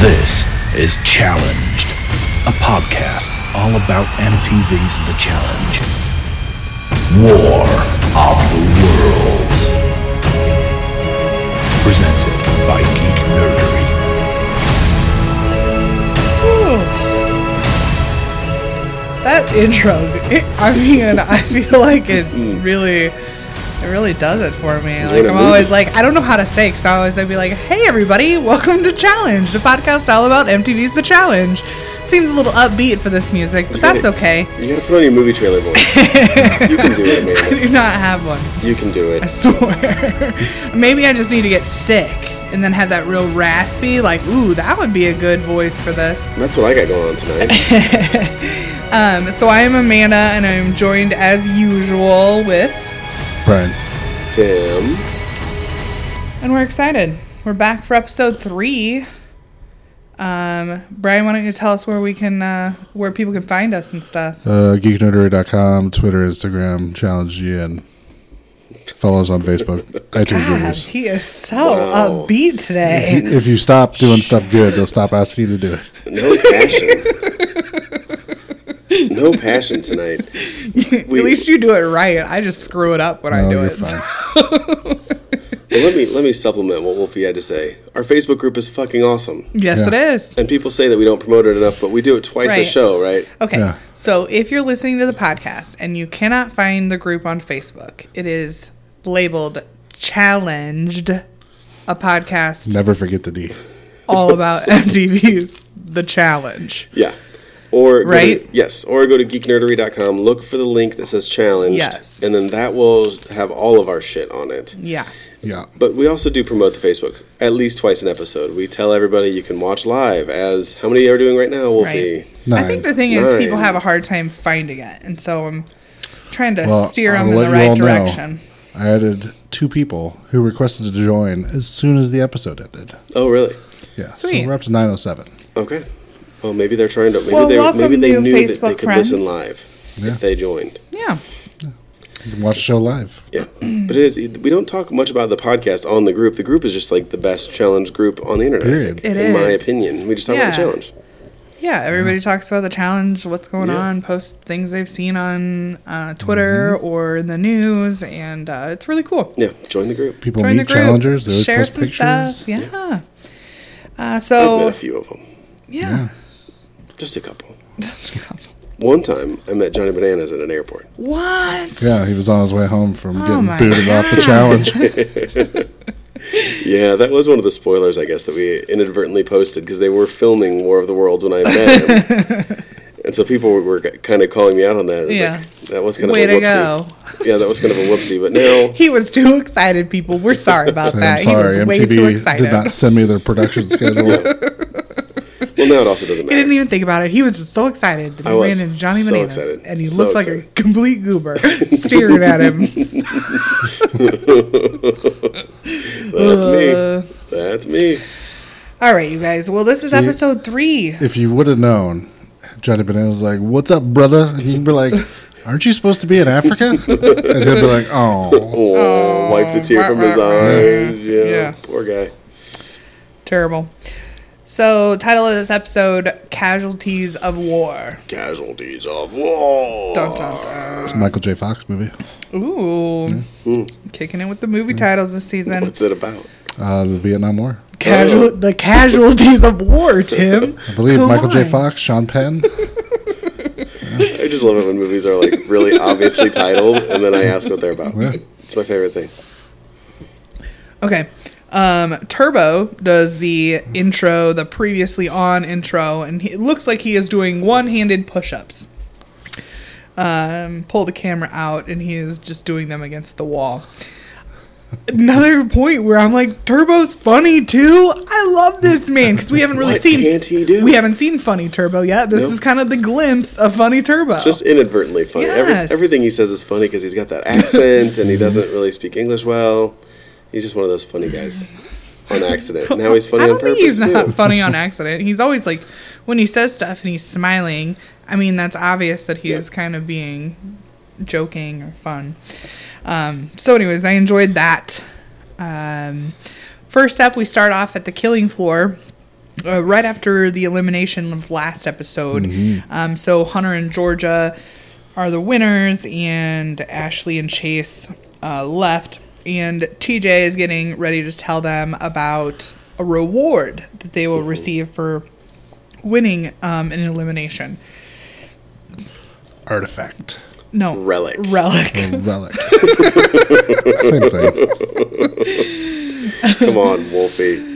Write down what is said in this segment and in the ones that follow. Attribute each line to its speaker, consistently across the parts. Speaker 1: This is Challenged, a podcast all about MTV's The Challenge. War of the Worlds. Presented by Geek Nerdery.
Speaker 2: That intro, it, I mean, I feel like it really, it really does it for me. Like
Speaker 3: a
Speaker 2: I'm
Speaker 3: movie.
Speaker 2: always like, I don't know how to say, it, so I always I'd be like, "Hey everybody, welcome to Challenge, the podcast all about MTV's The Challenge." Seems a little upbeat for this music, but that's
Speaker 3: gotta-
Speaker 2: okay.
Speaker 3: You gotta put on your movie trailer voice. you can do it,
Speaker 2: I
Speaker 3: man.
Speaker 2: do not have one.
Speaker 3: You can do
Speaker 2: I
Speaker 3: it.
Speaker 2: swear. Maybe I just need to get sick and then have that real raspy. Like, ooh, that would be a good voice for this.
Speaker 3: That's what I got going on tonight.
Speaker 2: Um, so I am Amanda, and I'm joined as usual with.
Speaker 1: Brian.
Speaker 3: Damn.
Speaker 2: And we're excited. We're back for episode three. Um, Brian, why don't you tell us where we can, uh, where people can find us and stuff?
Speaker 4: Uh, geeknerdery.com, Twitter, Instagram, Challenge GN. Follow us on Facebook, iTunes
Speaker 2: God,
Speaker 4: Reviews.
Speaker 2: he is so
Speaker 3: Wow.
Speaker 2: upbeat today.
Speaker 4: If you stop doing stuff good, they'll stop asking you to do it.
Speaker 3: No passion. No passion tonight.
Speaker 2: At least you do it right. I just screw it up when I
Speaker 4: No,
Speaker 2: do
Speaker 4: Oh, you're
Speaker 2: it.
Speaker 4: fine.
Speaker 3: Well, let me let me supplement what Wolfie had to say. Our Facebook group is fucking awesome,
Speaker 2: yes,
Speaker 4: Yeah.
Speaker 2: it is.
Speaker 3: and people say that we don't promote it enough, but we do it twice a
Speaker 2: Right.
Speaker 3: show, right?
Speaker 2: Okay.
Speaker 4: Yeah.
Speaker 2: So if you're listening to the podcast and you cannot find the group on Facebook, it is labeled Challenged, a podcast
Speaker 4: Never forget the D.
Speaker 2: all about MTV's The Challenge.
Speaker 3: Yeah. Or go to-
Speaker 2: Right?
Speaker 3: yes, or go to geeknerdery.com, look for the link that says challenged,
Speaker 2: Yes.
Speaker 3: and then that will have all of our shit on it.
Speaker 2: Yeah.
Speaker 4: Yeah.
Speaker 3: But we also do promote the Facebook at least twice an episode. We tell everybody you can watch live as how many are doing right now, Wolfie?
Speaker 2: Right. I think the
Speaker 4: Nine.
Speaker 2: thing is, people
Speaker 3: Nine.
Speaker 2: have a hard time finding it, and so I'm trying to
Speaker 4: Well,
Speaker 2: steer them
Speaker 4: I'll
Speaker 2: in
Speaker 4: let
Speaker 2: the
Speaker 4: you
Speaker 2: right
Speaker 4: all know,
Speaker 2: direction.
Speaker 4: I added two people who requested to join as soon as the episode ended.
Speaker 3: Oh, really?
Speaker 4: Yeah.
Speaker 2: Sweet.
Speaker 4: So we're up to 907.
Speaker 3: Okay. Well, maybe they're trying to. Maybe
Speaker 2: Well,
Speaker 3: they
Speaker 2: welcome,
Speaker 3: maybe they
Speaker 2: new
Speaker 3: knew that they
Speaker 2: Facebook
Speaker 3: could
Speaker 2: friends.
Speaker 3: listen live
Speaker 4: Yeah.
Speaker 3: if they joined.
Speaker 2: Yeah,
Speaker 4: You can watch the show live.
Speaker 3: Yeah, but it is. We don't talk much about the podcast on the group. The group is just like the best challenge group on the internet. I
Speaker 4: Period.
Speaker 3: think,
Speaker 2: It
Speaker 3: in my
Speaker 2: is.
Speaker 3: opinion, we just talk about
Speaker 2: Yeah.
Speaker 3: the challenge.
Speaker 2: yeah. Everybody talks about the challenge, what's going
Speaker 3: Yeah.
Speaker 2: on, post things they've seen on uh, Twitter
Speaker 4: Mm-hmm.
Speaker 2: or in the news, and uh, it's really cool.
Speaker 3: Yeah, join the group.
Speaker 4: People
Speaker 2: Join the
Speaker 4: meet
Speaker 2: group,
Speaker 4: challengers. They always
Speaker 2: share
Speaker 4: post
Speaker 2: some
Speaker 4: pictures.
Speaker 2: stuff. Yeah. Uh,
Speaker 3: I've met a
Speaker 2: so
Speaker 3: few of them,
Speaker 2: yeah,
Speaker 3: just a couple. One time, I met Johnny Bananas at an airport.
Speaker 2: what?
Speaker 4: Yeah, he was on his way home from
Speaker 2: Oh my
Speaker 4: getting booted off the challenge.
Speaker 3: Yeah, that was one of the spoilers, I guess, that we inadvertently posted because they were filming War of the Worlds when I met him. and so people were, were kind of calling me out on that. It was
Speaker 2: Yeah.
Speaker 3: Like, that was kind of
Speaker 2: Way
Speaker 3: a
Speaker 2: to
Speaker 3: whoopsie.
Speaker 2: go.
Speaker 3: Yeah, that was kind of a whoopsie. But now,
Speaker 2: He was too excited, people. We're sorry about
Speaker 4: So
Speaker 2: that.
Speaker 4: I'm
Speaker 2: he
Speaker 4: sorry,
Speaker 2: was way too
Speaker 4: MTV
Speaker 2: excited.
Speaker 4: did not send me their production schedule.
Speaker 3: well, now it also
Speaker 2: He
Speaker 3: doesn't matter.
Speaker 2: didn't even think about it. He was just so excited that
Speaker 3: I
Speaker 2: he
Speaker 3: was
Speaker 2: ran into Johnny
Speaker 3: so
Speaker 2: Bananas,
Speaker 3: excited.
Speaker 2: and he
Speaker 3: So
Speaker 2: looked like
Speaker 3: excited.
Speaker 2: a complete goober, staring at him.
Speaker 3: That's
Speaker 2: Uh.
Speaker 3: me. That's me.
Speaker 2: All right, you guys. Well, this is episode three.
Speaker 4: if you would have known, Johnny Bananas was like, "What's up, brother?" and you'd be like, "Aren't you supposed to be in Africa?" and he'd be like, "Oh,
Speaker 3: Oh, wipe the tear
Speaker 2: wah,
Speaker 3: from his
Speaker 2: wah, wah.
Speaker 3: eyes. Yeah,
Speaker 2: Yeah.
Speaker 3: poor guy.
Speaker 2: Terrible. So, title of this episode: "Casualties of War."
Speaker 3: Casualties of war. Mm.
Speaker 2: Dun, dun, dun.
Speaker 4: it's a Michael J. Fox movie."
Speaker 2: Ooh, kicking in with the movie titles this season.
Speaker 3: What's it about?
Speaker 4: Uh, the Vietnam War.
Speaker 2: Casual, the casualties of war, Tim.
Speaker 4: I believe
Speaker 2: Come
Speaker 4: Michael J.
Speaker 2: on.
Speaker 4: Fox, Sean Penn.
Speaker 3: I just love it when movies are like really obviously titled, and then I ask what they're about.
Speaker 4: Yeah.
Speaker 3: It's my favorite thing.
Speaker 2: Okay. Um, Turbo does the intro, the previously on intro, and he, it looks like he is doing one handed push ups. Um, pull the camera out, and he is just doing them against the wall. Another point where I'm like, Turbo's funny too. I love this man because we haven't really
Speaker 3: What
Speaker 2: seen.
Speaker 3: can't he do?
Speaker 2: We haven't seen funny Turbo yet. This
Speaker 3: Nope.
Speaker 2: is kind of the glimpse of funny Turbo.
Speaker 3: just inadvertently funny.
Speaker 2: Yes. Mm-hmm.
Speaker 3: Every, everything he says is funny because he's got that accent and he doesn't really speak English well. He's just one of those funny guys on accident. Now he's
Speaker 2: I
Speaker 3: funny on
Speaker 2: don't think
Speaker 3: purpose
Speaker 2: he's not
Speaker 3: too.
Speaker 2: funny on accident. He's always like when he says stuff and he's smiling. I mean, that's obvious that he is
Speaker 3: Yeah.
Speaker 2: kind of being joking or fun. Um, so, anyways, I enjoyed that. Um, First up, we start off at the killing floor. Uh, right after the elimination of last episode. Um, so Hunter and Georgia are the winners, and Ashley and Chase uh, left. And TJ is getting ready to tell them about a reward that they will receive for winning um, an elimination.
Speaker 4: Artifact.
Speaker 2: No.
Speaker 3: Relic.
Speaker 2: Relic.
Speaker 4: Relic. Same thing.
Speaker 3: Come on, Wolfie.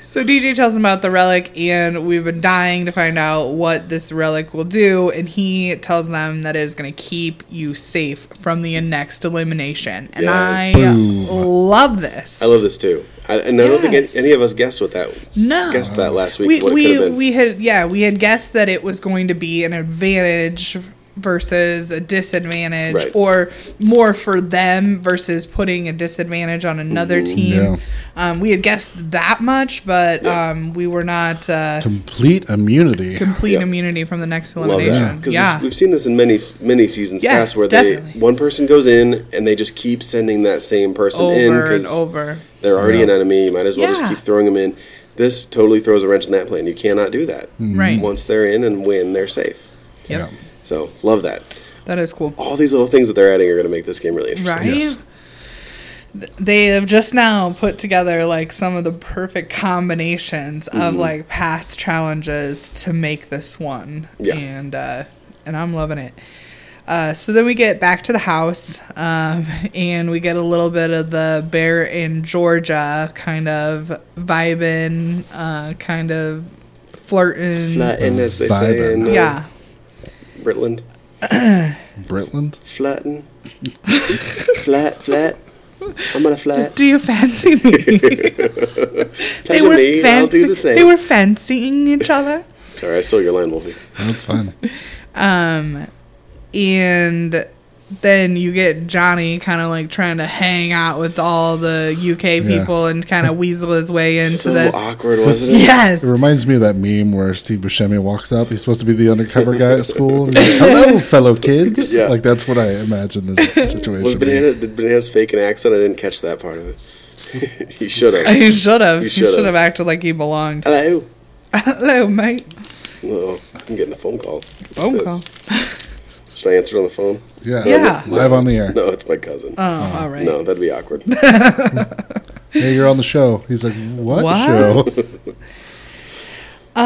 Speaker 2: So DJ tells him about the relic, and we've been dying to find out what this relic will do. And he tells them that it is going to keep you safe from the next elimination. And
Speaker 3: Yes.
Speaker 2: I
Speaker 4: Boom.
Speaker 2: love this.
Speaker 3: I love this too. I, and I don't think
Speaker 2: Yes.
Speaker 3: any of us guessed what that
Speaker 2: No.
Speaker 3: guessed that last week.
Speaker 2: We
Speaker 3: what it could have
Speaker 2: we
Speaker 3: been.
Speaker 2: we had yeah we had guessed that it was going to be an advantage versus a disadvantage,
Speaker 3: Right.
Speaker 2: or more for them versus putting a disadvantage on another team.
Speaker 4: Yeah.
Speaker 2: Um, we had guessed that much, but
Speaker 3: Yeah.
Speaker 2: um, we were not. Uh,
Speaker 4: Complete immunity.
Speaker 2: complete
Speaker 3: Yeah.
Speaker 2: immunity from the next
Speaker 3: Love that
Speaker 2: elimination.
Speaker 3: because
Speaker 2: Yeah.
Speaker 3: we've, we've seen this in many many seasons
Speaker 2: Yeah,
Speaker 3: past where
Speaker 2: definitely.
Speaker 3: they one person goes in and they just keep sending that same person in
Speaker 2: over and
Speaker 3: because
Speaker 2: over.
Speaker 3: they're already an enemy. You might as well
Speaker 2: Yeah.
Speaker 3: just keep throwing them in. This totally throws a wrench in that plan. You cannot do that.
Speaker 2: Right.
Speaker 3: Once they're in and win, they're safe.
Speaker 2: Yep.
Speaker 3: So love that.
Speaker 2: That is cool.
Speaker 3: All these little things that they're adding are going to make this game really interesting.
Speaker 2: Right?
Speaker 4: Yes.
Speaker 2: Th- They have just now put together like some of the perfect combinations of
Speaker 3: Mm-hmm.
Speaker 2: like past challenges to make this one.
Speaker 3: Yeah.
Speaker 2: And uh and I'm loving it. Uh, so then we get back to the house, um, and we get a little bit of the bear in Georgia kind of vibing, uh, kind of flirting.
Speaker 3: Flirting, as they say in
Speaker 4: Vibing.
Speaker 3: uh,
Speaker 2: Yeah,
Speaker 3: Britland.
Speaker 4: Britland.
Speaker 3: Flirting. flat, flat. I'm going to flat.
Speaker 2: Do you fancy me? they
Speaker 3: Pleasure
Speaker 2: were
Speaker 3: me, I'll do the
Speaker 2: fancy.
Speaker 3: same.
Speaker 2: They were fancying each other,
Speaker 3: Sorry, I stole your line, Wolfie.
Speaker 4: That's fine.
Speaker 2: and then you get Johnny kind of like trying to hang out with all the UK
Speaker 4: Yeah.
Speaker 2: people and kind of weasel his way into
Speaker 3: So
Speaker 2: this.
Speaker 3: awkward, wasn't it?
Speaker 2: Yes,
Speaker 4: It reminds me of that meme where Steve Buscemi walks up. He's supposed to be the undercover guy at school. and he's like, Hello, fellow kids.
Speaker 3: Yeah.
Speaker 4: Like that's what I imagine this
Speaker 3: Was
Speaker 4: situation. being.
Speaker 3: banana? Did bananas fake an accent? I didn't catch that part of it. he should have.
Speaker 2: you should have. You
Speaker 3: You should've.
Speaker 2: should have acted like you belonged.
Speaker 3: Hello.
Speaker 2: Hello, mate.
Speaker 3: Oh, I'm getting a phone call. What's
Speaker 2: Phone
Speaker 3: this?
Speaker 2: call.
Speaker 3: Should I answer it on the phone?
Speaker 4: Yeah.
Speaker 2: Yeah.
Speaker 4: Live on the air.
Speaker 3: No, it's my cousin.
Speaker 2: Oh, all right.
Speaker 3: no, that'd be awkward.
Speaker 4: Hey, you're on the show. He's like, What,
Speaker 2: What?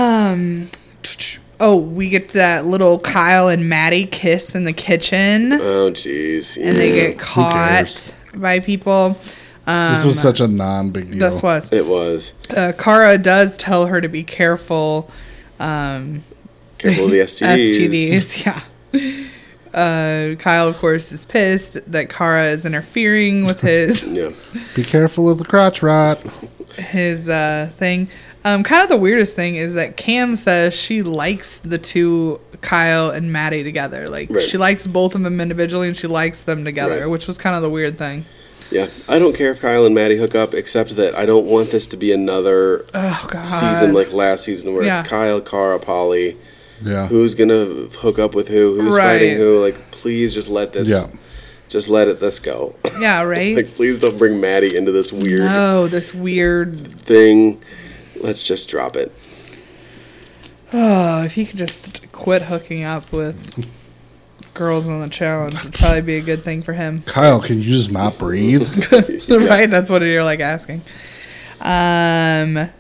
Speaker 4: show?
Speaker 2: Oh, we get that little Kyle and Maddie kiss in the kitchen,
Speaker 3: oh, jeez.
Speaker 2: and they
Speaker 3: Yeah.
Speaker 2: get caught
Speaker 4: cares?
Speaker 2: by people.
Speaker 4: this
Speaker 2: Um,
Speaker 4: was such a non big deal.
Speaker 2: This was.
Speaker 3: It was
Speaker 2: uh, Kara does tell her to be careful. Um,
Speaker 3: careful of the STDs.
Speaker 2: STDs, yeah. Uh, Kyle, of course, is pissed that Kara is interfering with his
Speaker 3: Yeah.
Speaker 4: Be careful of the crotch rot.
Speaker 2: his uh, thing. Um, kind of the weirdest thing is that Cam says she likes the two Kyle and Maddie together. Like
Speaker 3: Right.
Speaker 2: she likes both of them individually, and she likes them together,
Speaker 3: Right.
Speaker 2: which was kind of the weird thing.
Speaker 3: Yeah. I don't care if Kyle and Maddie hook up, except that I don't want this to be another
Speaker 2: Oh God!
Speaker 3: season like last season where
Speaker 2: Yeah.
Speaker 3: it's Kyle, Cara, Polly.
Speaker 4: Yeah.
Speaker 3: Who's gonna hook up with who? Who's
Speaker 2: Right.
Speaker 3: fighting who? Like, please just let this.
Speaker 4: Yeah.
Speaker 3: Just let it. Let's go.
Speaker 2: yeah, right.
Speaker 3: like, please don't bring Maddie into this weird
Speaker 2: no, this weird
Speaker 3: thing. Let's just drop it.
Speaker 2: Oh, if he could just quit hooking up with girls on the challenge, it'd probably be a good thing for him.
Speaker 4: Kyle, can you just not breathe?
Speaker 2: right? That's what you're like asking. Um,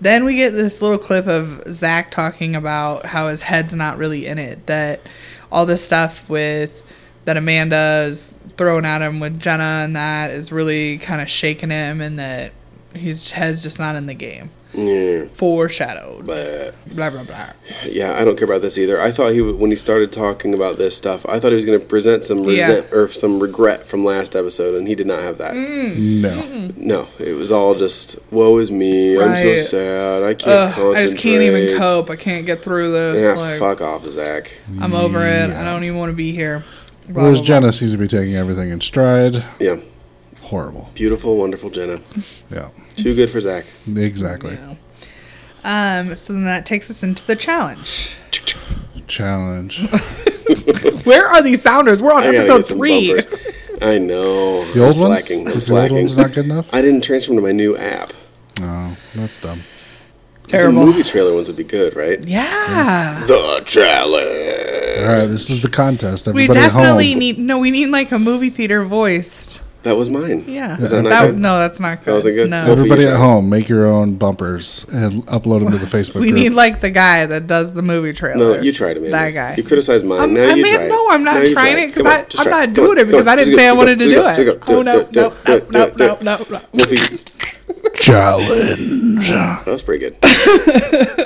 Speaker 2: then we get this little clip of Zach talking about how his head's not really in it. That all this stuff with that Amanda's throwing at him with Jenna and that is really kind of shaking him, and that his head's just not in the game.
Speaker 3: Yeah.
Speaker 2: Foreshadowed.
Speaker 3: But
Speaker 2: Blah blah blah.
Speaker 3: yeah, I don't care about this either. I thought he w- when he started talking about this stuff, I thought he was going to present some
Speaker 2: Yeah.
Speaker 3: resent or some regret from last episode, and he did not have that.
Speaker 2: Mm.
Speaker 4: no.
Speaker 3: No, it was all just woe is me. I'm so
Speaker 2: Right.
Speaker 3: sad. I can't
Speaker 2: Ugh,
Speaker 3: concentrate.
Speaker 2: I just can't even cope. I can't get through this.
Speaker 3: Yeah,
Speaker 2: like,
Speaker 3: fuck off, Zach.
Speaker 2: I'm over it. I don't even want to be here. Blah,
Speaker 4: Whereas
Speaker 2: blah, blah.
Speaker 4: Jenna seems to be taking everything in stride.
Speaker 3: Yeah,
Speaker 4: Horrible.
Speaker 3: beautiful, wonderful Jenna.
Speaker 4: Yeah.
Speaker 3: Too good for Zach.
Speaker 4: Exactly.
Speaker 2: Um, so then that takes us into the challenge.
Speaker 4: Challenge.
Speaker 2: Where are these sounders? We're on
Speaker 3: I gotta
Speaker 2: episode
Speaker 3: get some
Speaker 2: three.
Speaker 3: bumpers. I know.
Speaker 4: The old
Speaker 3: I'm
Speaker 4: ones?
Speaker 3: slacking. I'm
Speaker 4: Is the old
Speaker 3: slacking.
Speaker 4: ones not good enough?
Speaker 3: I didn't transfer to my new app.
Speaker 4: No, Oh, that's dumb.
Speaker 2: Terrible.
Speaker 3: Some movie trailer ones would be good, right?
Speaker 2: yeah.
Speaker 3: The challenge.
Speaker 4: All right, this is the contest.
Speaker 2: We
Speaker 4: Everybody at
Speaker 2: definitely
Speaker 4: home.
Speaker 2: need no. We need like a movie theater voiced.
Speaker 3: That was mine.
Speaker 2: Yeah,
Speaker 3: Was that not
Speaker 2: That-
Speaker 3: good?
Speaker 2: no, that's not good.
Speaker 3: wasn't good?
Speaker 2: No,
Speaker 3: Go for
Speaker 4: Everybody
Speaker 3: you,
Speaker 4: at
Speaker 3: John.
Speaker 4: home, make your own bumpers and upload them to the Facebook
Speaker 2: we
Speaker 4: group.
Speaker 2: need like the guy that does the movie trailers.
Speaker 3: No, you tried it, man.
Speaker 2: That guy.
Speaker 3: You criticized mine.
Speaker 2: I'm- I
Speaker 3: now you
Speaker 2: mean,
Speaker 3: try it.
Speaker 2: no, I'm not
Speaker 3: Now you
Speaker 2: trying
Speaker 3: try
Speaker 2: it 'cause
Speaker 3: Come on,
Speaker 2: I-
Speaker 3: just
Speaker 2: I'm
Speaker 3: try
Speaker 2: not
Speaker 3: it.
Speaker 2: doing
Speaker 3: Come on,
Speaker 2: it because
Speaker 3: come on,
Speaker 2: I didn't
Speaker 3: just
Speaker 2: say I
Speaker 3: go,
Speaker 2: wanted to
Speaker 3: just
Speaker 2: do
Speaker 3: go, just go,
Speaker 2: it.
Speaker 3: do
Speaker 2: Oh
Speaker 3: it,
Speaker 2: no,
Speaker 3: do
Speaker 2: no,
Speaker 3: it, do
Speaker 2: no,
Speaker 3: it, do
Speaker 2: no,
Speaker 3: it, do
Speaker 2: no,
Speaker 3: it, do
Speaker 2: no,
Speaker 3: it.
Speaker 2: no, no.
Speaker 3: Wolfie,
Speaker 1: Challenge.
Speaker 3: that was pretty good.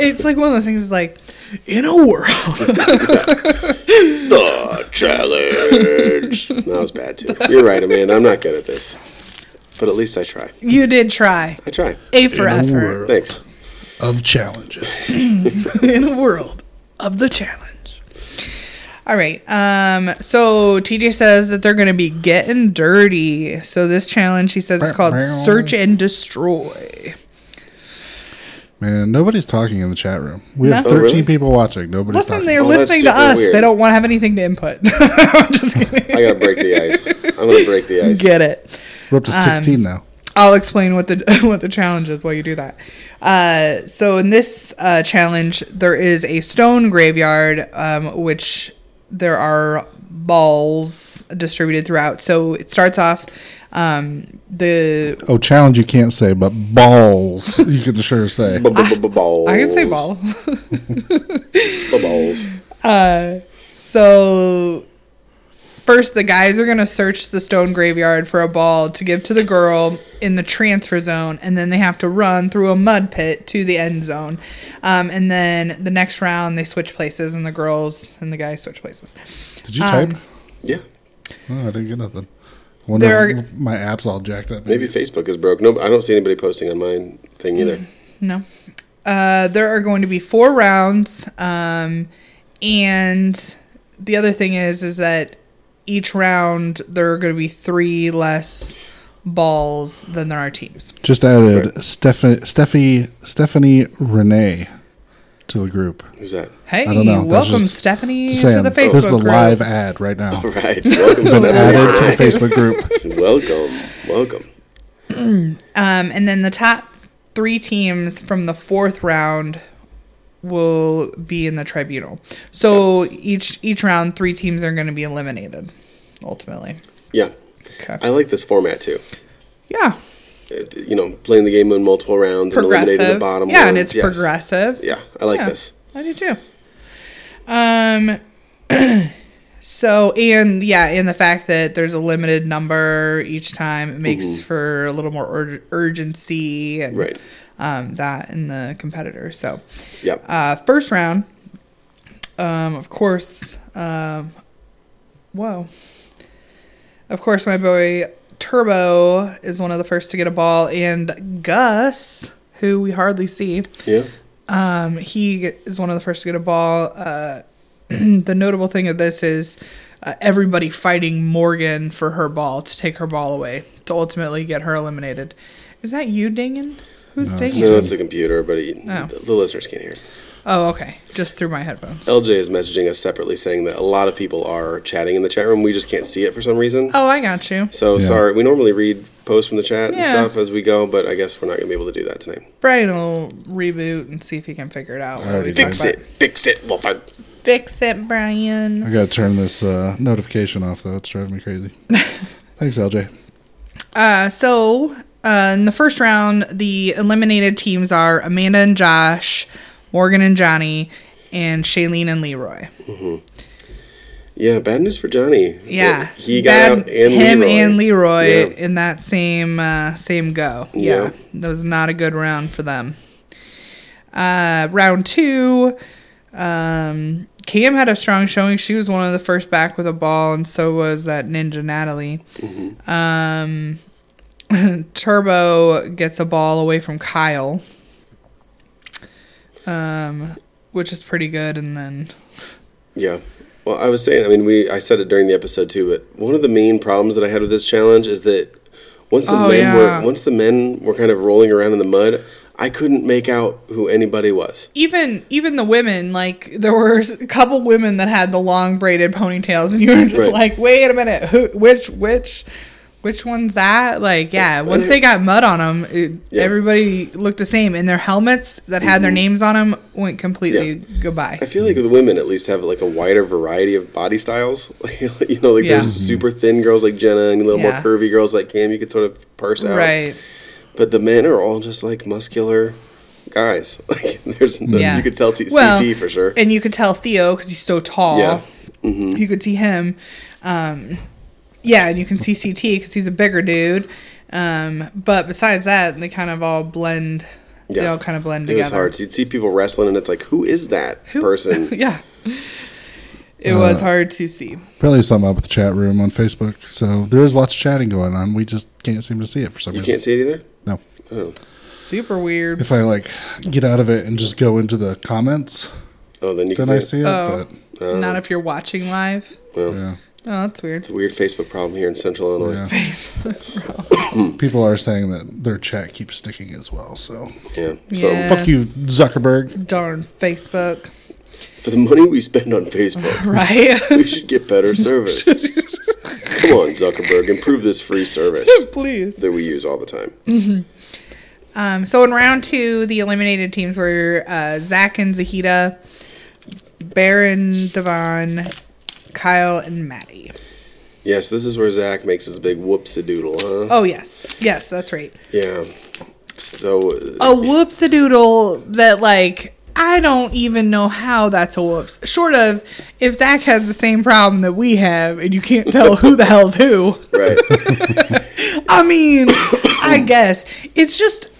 Speaker 2: It's like one of those things. Is like in a world.
Speaker 3: the challenge. That was bad too. You're right, Amanda. I'm not good at this, but at least I try.
Speaker 2: You did try.
Speaker 3: I try.
Speaker 2: A for effort.
Speaker 4: world.
Speaker 3: Thanks.
Speaker 4: of challenges.
Speaker 2: in a world of the challenge. All right. Um, so TJ says that they're going to be getting dirty. So this challenge, he says, is called Search and Destroy.
Speaker 4: Man, nobody's talking in the chat room. We have
Speaker 2: No.
Speaker 3: Oh, really?
Speaker 4: 13 people watching. Nobody's
Speaker 2: Listen,
Speaker 4: talking.
Speaker 2: they're
Speaker 3: Oh, that's
Speaker 2: listening to
Speaker 3: super
Speaker 2: us.
Speaker 3: weird.
Speaker 2: They don't want to have anything to input. I'm just kidding.
Speaker 3: I gotta break the ice. I'm gonna break the ice.
Speaker 2: Get it.
Speaker 4: We're up to 16 now.
Speaker 2: I'll explain what the what the challenge is while you do that. Uh, so in this uh, challenge, there is a stone graveyard, um, which there are balls distributed throughout. So it starts off um, the
Speaker 4: Oh, challenge you can't say, but balls you can sure say.
Speaker 3: Balls.
Speaker 2: I can say ball.
Speaker 3: Balls.
Speaker 2: so first, the guys are gonna search the stone graveyard for a ball to give to the girl in the transfer zone, and then they have to run through a mud pit to the end zone. Um, and then the next round, they switch places, and the girls and the guys switch places.
Speaker 4: Did you type?
Speaker 3: Yeah.
Speaker 4: Oh, I didn't get nothing. I wonder
Speaker 2: There
Speaker 4: if
Speaker 2: are-
Speaker 4: my app's all jacked up.
Speaker 3: Maybe Facebook is broke. No, I don't see anybody posting on my thing
Speaker 2: Mm.
Speaker 3: either.
Speaker 2: No. Uh, there are going to be four rounds. Um, and the other thing is, is that each round there are going to be three less balls than there are teams.
Speaker 4: Just added Steph- Steffi, Stephanie Renee to the group.
Speaker 3: Who's that?
Speaker 2: Hey,
Speaker 4: I don't know. That's
Speaker 2: welcome
Speaker 4: just-
Speaker 2: Stephanie
Speaker 4: Just
Speaker 2: to
Speaker 4: saying,
Speaker 2: the Facebook
Speaker 4: this is a
Speaker 2: group.
Speaker 4: live ad right now.
Speaker 3: All right. Welcome,
Speaker 4: Been added to
Speaker 3: Stephanie.
Speaker 4: the Facebook group.
Speaker 3: Welcome. Welcome.
Speaker 2: Um, and then the top three teams from the fourth round will be in the tribunal. So each each round, three teams are going to be eliminated. Ultimately,
Speaker 3: Yeah.
Speaker 2: Okay.
Speaker 3: I like this format too.
Speaker 2: yeah.
Speaker 3: It- You know, playing the game in multiple rounds and eliminating the
Speaker 2: progressive.
Speaker 3: bottom
Speaker 2: yeah, and
Speaker 3: ones.
Speaker 2: it's
Speaker 3: Yes.
Speaker 2: progressive.
Speaker 3: Yeah, I like
Speaker 2: Yeah,
Speaker 3: this.
Speaker 2: I do too. Um, so and yeah, and the fact that there's a limited number each time it makes for a little more ur- urgency and
Speaker 3: Mm-hmm. Right.
Speaker 2: um, that in the competitors. So
Speaker 3: Yeah.
Speaker 2: uh, first round, um, of course, um, whoa. Of course, my boy Turbo is one of the first to get a ball, and Gus, who we hardly see,
Speaker 3: yeah.
Speaker 2: um, he is one of the first to get a ball. Uh, the notable thing of this is uh, everybody fighting Morgan for her ball to take her ball away to ultimately get her eliminated. Is that you dinging? Who's dinging?
Speaker 3: No, it's the computer, but he,
Speaker 2: Oh.
Speaker 3: the, the listeners can't hear.
Speaker 2: Oh, okay. Just through my headphones.
Speaker 3: LJ is messaging us separately saying that a lot of people are chatting in the chat room. We just can't see it for some reason.
Speaker 2: Oh, I got you.
Speaker 3: So
Speaker 4: Yeah.
Speaker 3: sorry. We normally read posts from the chat and
Speaker 2: Yeah.
Speaker 3: stuff as we go, but I guess we're not going to be able to do that tonight.
Speaker 2: Brian will reboot and see if he can figure it out. while we
Speaker 4: already
Speaker 2: talk
Speaker 3: Fix
Speaker 2: about
Speaker 3: it. Fix it. Wolfman.
Speaker 2: Fix it, Brian.
Speaker 4: I gotta turn this uh, notification off though. It's driving me crazy. Thanks, LJ.
Speaker 2: Uh, so, uh, in the first round, the eliminated teams are Amanda and Josh, Morgan and Johnny, and Shailene and Leroy.
Speaker 3: Yeah, bad news for Johnny.
Speaker 2: Yeah,
Speaker 3: He got
Speaker 2: Bad-
Speaker 3: out and
Speaker 2: him
Speaker 3: Leroy.
Speaker 2: and Leroy
Speaker 3: Yeah.
Speaker 2: in that same uh, same go. Yeah.
Speaker 3: Yeah.
Speaker 2: that was not a good round for them. Uh, round two, um, Cam had a strong showing. She was one of the first back with a ball, and so was that ninja Natalie.
Speaker 3: Mm-hmm.
Speaker 2: Um, Turbo gets a ball away from Kyle, um, which is pretty good, and then.
Speaker 3: Yeah. Well, I was saying, I mean, we I said it during the episode too, but one of the main problems that I had with this challenge is that once the
Speaker 2: Oh,
Speaker 3: men
Speaker 2: yeah.
Speaker 3: were once the men were kind of rolling around in the mud, I couldn't make out who anybody was.
Speaker 2: even even the women like there were a couple women that had the long braided ponytails and you were just
Speaker 3: Right.
Speaker 2: like wait a minute who which which which one's that like yeah once they got mud on them it,
Speaker 3: Yeah. Mm-hmm.
Speaker 2: everybody looked the same and their helmets that had their names on them went completely goodbye
Speaker 3: I feel like the women at least have like a wider variety of body styles. Like, you know, like
Speaker 2: Yeah.
Speaker 3: there's super thin girls like Jenna and a little
Speaker 2: Yeah.
Speaker 3: more curvy girls like Cam. You could sort of parse out.
Speaker 2: right
Speaker 3: But the men are all just like muscular guys. Like there's no,
Speaker 2: yeah
Speaker 3: you could tell t-
Speaker 2: Well,
Speaker 3: CT for sure.
Speaker 2: and you could tell theo because he's so tall
Speaker 3: Yeah. Mm-hmm.
Speaker 2: you could see him um yeah and you can see ct because he's a bigger dude um but besides that they kind of all blend they
Speaker 3: Yeah.
Speaker 2: all kind of blend
Speaker 3: It
Speaker 2: together
Speaker 3: was hard. So you'd see people wrestling, and it's like, who is that person?
Speaker 2: yeah it
Speaker 3: Uh,
Speaker 2: was hard to see
Speaker 4: Apparently, there's something up with the chat room on Facebook. So there is lots of chatting going on. We just can't seem to see it for some
Speaker 3: You
Speaker 4: reason.
Speaker 3: can't see it either.
Speaker 4: No.
Speaker 3: Oh,
Speaker 2: super weird
Speaker 4: If I like get out of it and just go into the comments,
Speaker 3: oh, then you can
Speaker 4: then I
Speaker 3: see
Speaker 4: see it.
Speaker 2: Oh.
Speaker 3: it. Oh,
Speaker 2: not if you're watching live
Speaker 4: But yeah,
Speaker 2: oh that's weird
Speaker 3: it's a weird Facebook problem here in Central Illinois.
Speaker 4: yeah. People are saying that their chat keeps sticking as well. So
Speaker 3: Yeah. So
Speaker 2: Yeah.
Speaker 4: fuck you, Zuckerberg.
Speaker 2: darn facebook
Speaker 3: for the money we spend on Facebook,
Speaker 2: right
Speaker 3: we should get better service. Come on, Zuckerberg, improve this free service
Speaker 2: please
Speaker 3: that we use all the time.
Speaker 2: Um, so in round two, the eliminated teams were uh, Zach and Zahida, Baron, Devon, Kyle, and Maddie.
Speaker 3: Yes, this is where Zach makes his big whoops a doodle, huh?
Speaker 2: Oh yes, yes, that's right.
Speaker 3: Yeah. So uh,
Speaker 2: A whoops a doodle that like I don't even know how that's a whoops. Short of if Zach has the same problem that we have, and you can't tell who the hell's who.
Speaker 3: right.
Speaker 2: I mean, I guess it's just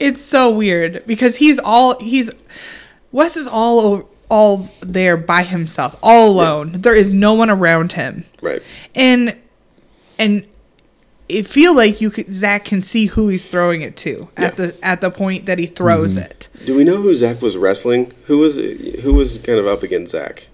Speaker 2: it's so weird because he's all he's Wes is all over, all there by himself, all alone. There is no one around him,
Speaker 3: right.
Speaker 2: and and it feel like you could Zach can see who he's throwing it to at the at the point that he throws
Speaker 3: Mm-hmm.
Speaker 2: it.
Speaker 3: Do we know who Zach was wrestling? Who was who was kind of up against Zach?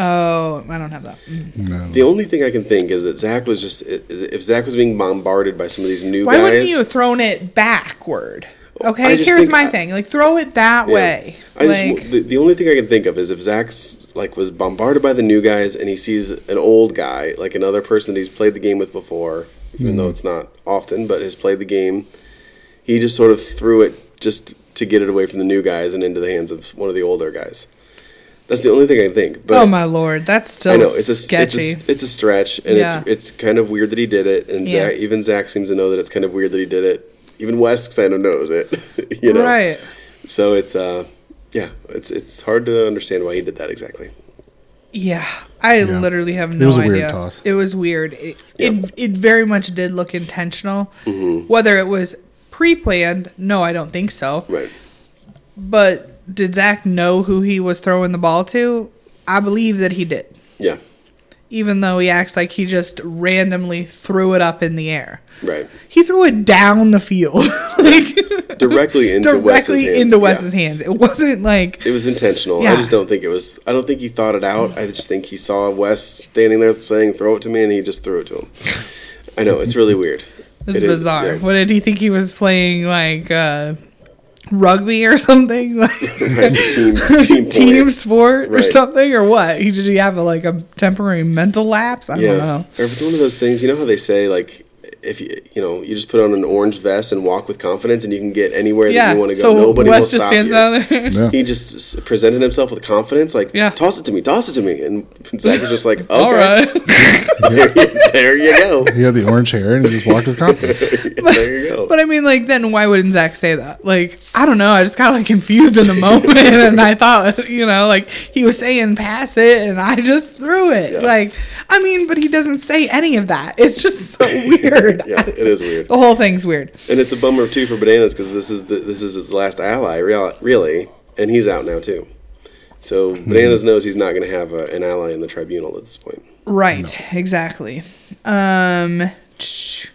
Speaker 2: Oh, I don't have that. Mm.
Speaker 4: No.
Speaker 3: The only thing I can think is that Zach was just if Zach was being bombarded by some of these new
Speaker 2: Why
Speaker 3: guys.
Speaker 2: wouldn't you have thrown it backward? Okay,
Speaker 3: just
Speaker 2: here's
Speaker 3: think
Speaker 2: my
Speaker 3: I-
Speaker 2: thing: like throw it that
Speaker 3: Yeah.
Speaker 2: way.
Speaker 3: I just
Speaker 2: like,
Speaker 3: the, the only thing I can think of is if Zach's like was bombarded by the new guys and he sees an old guy, like another person that he's played the game with before, even though it's not often, but has played the game. He just sort of threw it just to get it away from the new guys and into the hands of one of the older guys. That's the only thing I can think. But
Speaker 2: oh my lord, that's still
Speaker 3: I know it's a
Speaker 2: sketchy.
Speaker 3: it's a, it's a stretch, and
Speaker 2: Yeah.
Speaker 3: it's it's kind of weird that he did it, and
Speaker 2: Yeah.
Speaker 3: Zach, even Zach seems to know that it's kind of weird that he did it. Even West kind of knows it, you know.
Speaker 2: Right.
Speaker 3: So it's uh, yeah, it's it's hard to understand why he did that exactly.
Speaker 2: Yeah, I literally have no
Speaker 4: was a
Speaker 2: idea.
Speaker 4: weird toss.
Speaker 2: It was weird. It, it it very much did look intentional.
Speaker 3: Mm-hmm.
Speaker 2: Whether it was pre-planned, no, I don't think so.
Speaker 3: Right.
Speaker 2: But did Zach know who he was throwing the ball to? I believe that he did,
Speaker 3: Yeah.
Speaker 2: even though he acts like he just randomly threw it up in the air.
Speaker 3: Right.
Speaker 2: He threw it down the field, like
Speaker 3: Directly into Wes's
Speaker 2: directly
Speaker 3: hands.
Speaker 2: into
Speaker 3: yeah.
Speaker 2: Wes's hands. It wasn't like
Speaker 3: It was intentional.
Speaker 2: Yeah.
Speaker 3: I just don't think it was. I don't think he thought it out. I just think he saw Wes standing there saying, "Throw it to me," and he just threw it to him. I know it's really weird.
Speaker 2: It's
Speaker 3: It is,
Speaker 2: bizarre.
Speaker 3: yeah.
Speaker 2: What did he think he was playing like uh, rugby or something? Like
Speaker 3: Right, it's a team, team,
Speaker 2: team
Speaker 3: player.
Speaker 2: sport or
Speaker 3: Right.
Speaker 2: something or what? He did he have a, like a temporary mental lapse? I
Speaker 3: Yeah.
Speaker 2: don't know.
Speaker 3: Or if it's one of those things, you know how they say like if you you know you just put on an orange vest and walk with confidence and you can get anywhere that
Speaker 2: Yeah.
Speaker 3: you want to go.
Speaker 2: So
Speaker 3: Nobody will
Speaker 2: Wes just
Speaker 3: stop
Speaker 2: stands
Speaker 3: you.
Speaker 2: out there.
Speaker 4: Yeah.
Speaker 3: He just s- presented himself with confidence, like
Speaker 2: Yeah.
Speaker 3: toss it to me, toss it to me, and Zach was just like, okay,
Speaker 2: All right.
Speaker 3: there, you, there you go,
Speaker 4: He had the orange hair and he just walked with confidence.
Speaker 3: there you go.
Speaker 2: But I mean, like, then why wouldn't Zach say that? Like, I don't know. I just got like confused in the moment, and I thought, you know, like he was saying pass it, and I just threw it. Like, I mean, but he doesn't say any of that. It's just so weird.
Speaker 3: yeah, it is weird,
Speaker 2: The whole thing's weird.
Speaker 3: and it's a bummer too for bananas because this is the, this is his last ally, real, really, and he's out now too. So bananas knows he's not going to have a, an ally in the tribunal at this point.
Speaker 2: Right, exactly. Um tsh-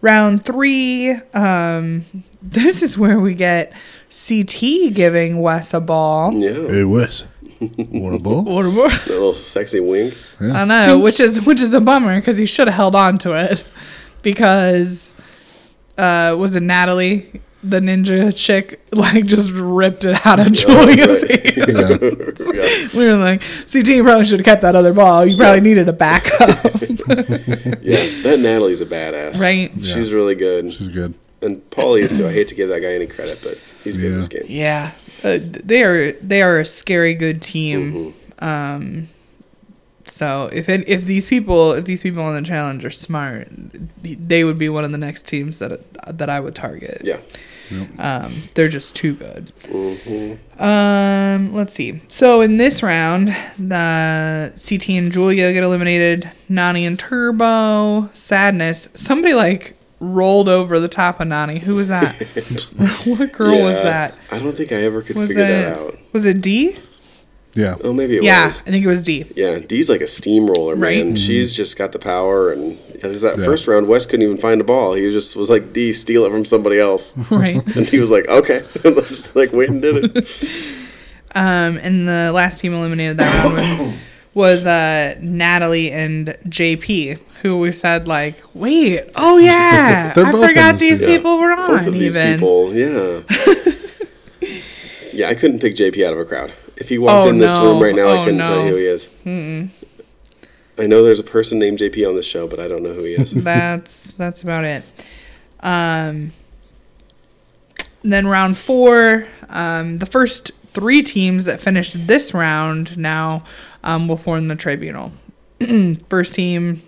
Speaker 2: round 3, um this is where we get CT giving Wes a ball.
Speaker 3: Yeah, a
Speaker 4: It was. What a ball.
Speaker 2: Or more.
Speaker 3: little sexy wink.
Speaker 2: I know, which is which is a bummer cuz he should have held on to it because uh was it Natalie the ninja chick like just ripped it out of Julia's hand.
Speaker 4: Yeah.
Speaker 3: Yeah.
Speaker 2: We were like, CT, you probably should have kept that other ball. You probably needed a backup.
Speaker 3: Yeah, that Natalie's a badass.
Speaker 2: Right.
Speaker 3: She's really good.
Speaker 4: She's good.
Speaker 3: And Paulie is too. I hate to give that guy any credit, but he's good in this
Speaker 4: Yeah.
Speaker 3: game.
Speaker 2: yeah. Uh, they are they are a scary good team. Um so if it, if these people if these people on the challenge are smart, they would be one of the next teams that that I would target.
Speaker 3: Yeah.
Speaker 2: Um, they're just too good. Um, let's see. So in this round, the CT and Julia get eliminated. Nani and Turbo. Sadness. Somebody like rolled over the top of Nani. Who was that? what girl was
Speaker 3: Yeah.
Speaker 2: that?
Speaker 3: I don't think I ever could
Speaker 2: Was
Speaker 3: figure
Speaker 2: it
Speaker 3: that out.
Speaker 2: was it D?
Speaker 4: Yeah.
Speaker 3: Oh, maybe it
Speaker 2: yeah,
Speaker 3: was.
Speaker 2: I think it was D.
Speaker 3: Yeah, Dee's like a steamroller, man.
Speaker 2: Right.
Speaker 3: She's just got the power, and and it's that
Speaker 4: Mm-hmm. Yeah.
Speaker 3: first round, Wes couldn't even find a ball. He just was like, "D, steal it from somebody else,"
Speaker 2: Right.
Speaker 3: and he was like, "Okay," just like wait and did it.
Speaker 2: Um, and the last team eliminated that round was was uh, Natalie and JP, who we said like, wait, oh yeah,
Speaker 4: They're
Speaker 2: I
Speaker 4: both in
Speaker 2: forgot
Speaker 4: this
Speaker 2: these
Speaker 4: season.
Speaker 2: people were on.
Speaker 3: Both of these
Speaker 2: even
Speaker 3: people, yeah, yeah. I couldn't pick JP out of a crowd. If he walked
Speaker 2: Oh,
Speaker 3: in this
Speaker 2: no.
Speaker 3: room right now,
Speaker 2: Oh,
Speaker 3: I couldn't tell
Speaker 2: no.
Speaker 3: you who he is. I know there's a person named JP on this show, but I don't know who he is.
Speaker 2: that's that's about it. Um, then round four, um, the first three teams that finished this round now um, will form the tribunal. first team.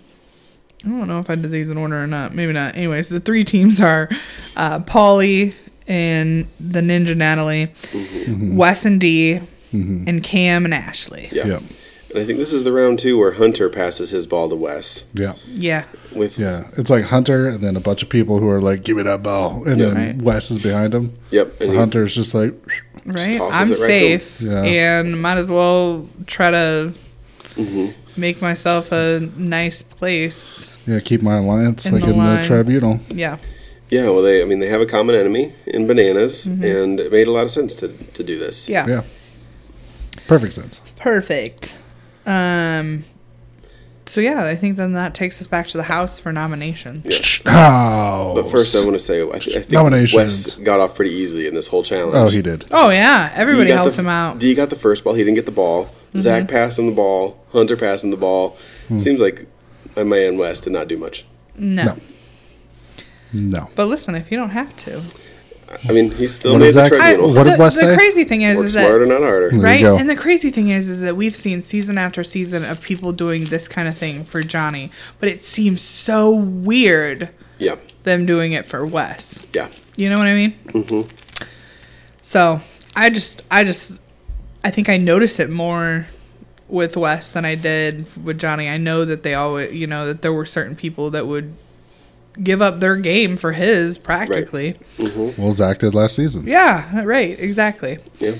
Speaker 2: I don't know if I did these in order or not. Maybe not. Anyways, the three teams are uh, Polly and the Ninja Natalie, Wes and D, and Cam and Ashley.
Speaker 3: Yeah.
Speaker 4: Yeah.
Speaker 3: and I think this is the round two where Hunter passes his ball to Wes
Speaker 4: Yeah.
Speaker 2: Yeah.
Speaker 3: with
Speaker 4: Yeah. It's like Hunter and then a bunch of people who are like, give me that ball. And then
Speaker 2: Right.
Speaker 4: Wes is behind him.
Speaker 3: Yep,
Speaker 4: So
Speaker 3: and he-
Speaker 4: Hunter's just like,
Speaker 2: right
Speaker 3: tosses
Speaker 2: i'm
Speaker 3: it right to him.
Speaker 2: safe
Speaker 4: Yeah.
Speaker 2: and might as well try to
Speaker 3: Mm-hmm.
Speaker 2: make myself a nice place
Speaker 4: yeah, keep my alliance
Speaker 2: In
Speaker 4: like
Speaker 2: the
Speaker 4: in the
Speaker 2: line.
Speaker 4: tribunal.
Speaker 2: yeah
Speaker 3: Yeah, well, they, I mean, they have a common enemy in bananas, and it made a lot of sense to, to do this.
Speaker 2: Mm-hmm. yeah,
Speaker 4: Yeah. Perfect sense.
Speaker 2: perfect um so yeah i think then that takes us back to the house for nominations
Speaker 4: Oh.
Speaker 3: But first, I want to say, I, th- I think
Speaker 4: Nominations.
Speaker 3: Wes got off pretty easily in this whole challenge.
Speaker 4: oh, he did.
Speaker 2: oh yeah everybody
Speaker 3: got
Speaker 2: helped
Speaker 3: the,
Speaker 2: him out Mm-hmm.
Speaker 3: D got the first ball. He didn't get the ball. Zach passed him the ball. Hunter passed him the ball. Seems like my man Wes did not do much.
Speaker 2: no.
Speaker 4: No. No.
Speaker 2: but listen if you don't have to
Speaker 3: I mean, he still
Speaker 4: What
Speaker 3: made
Speaker 4: did
Speaker 3: the
Speaker 4: Zach-
Speaker 2: I,
Speaker 3: tribunal.
Speaker 4: What did
Speaker 2: the,
Speaker 4: Wes
Speaker 2: the
Speaker 4: say?
Speaker 2: crazy thing is
Speaker 3: Work
Speaker 2: is that
Speaker 3: smarter, not harder.
Speaker 4: There you
Speaker 2: right
Speaker 4: go.
Speaker 2: and the crazy thing is is that we've seen season after season of people doing this kind of thing for johnny but it seems so weird
Speaker 3: Yeah,
Speaker 2: them doing it for wes
Speaker 3: yeah.
Speaker 2: you know what i mean mm-hmm. so i just i just i think i notice it more with wes than i did with johnny i know that they always you know that there were certain people that would give up their game for his practically
Speaker 4: Well, Zach did last season.
Speaker 2: yeah right exactly
Speaker 3: Yeah.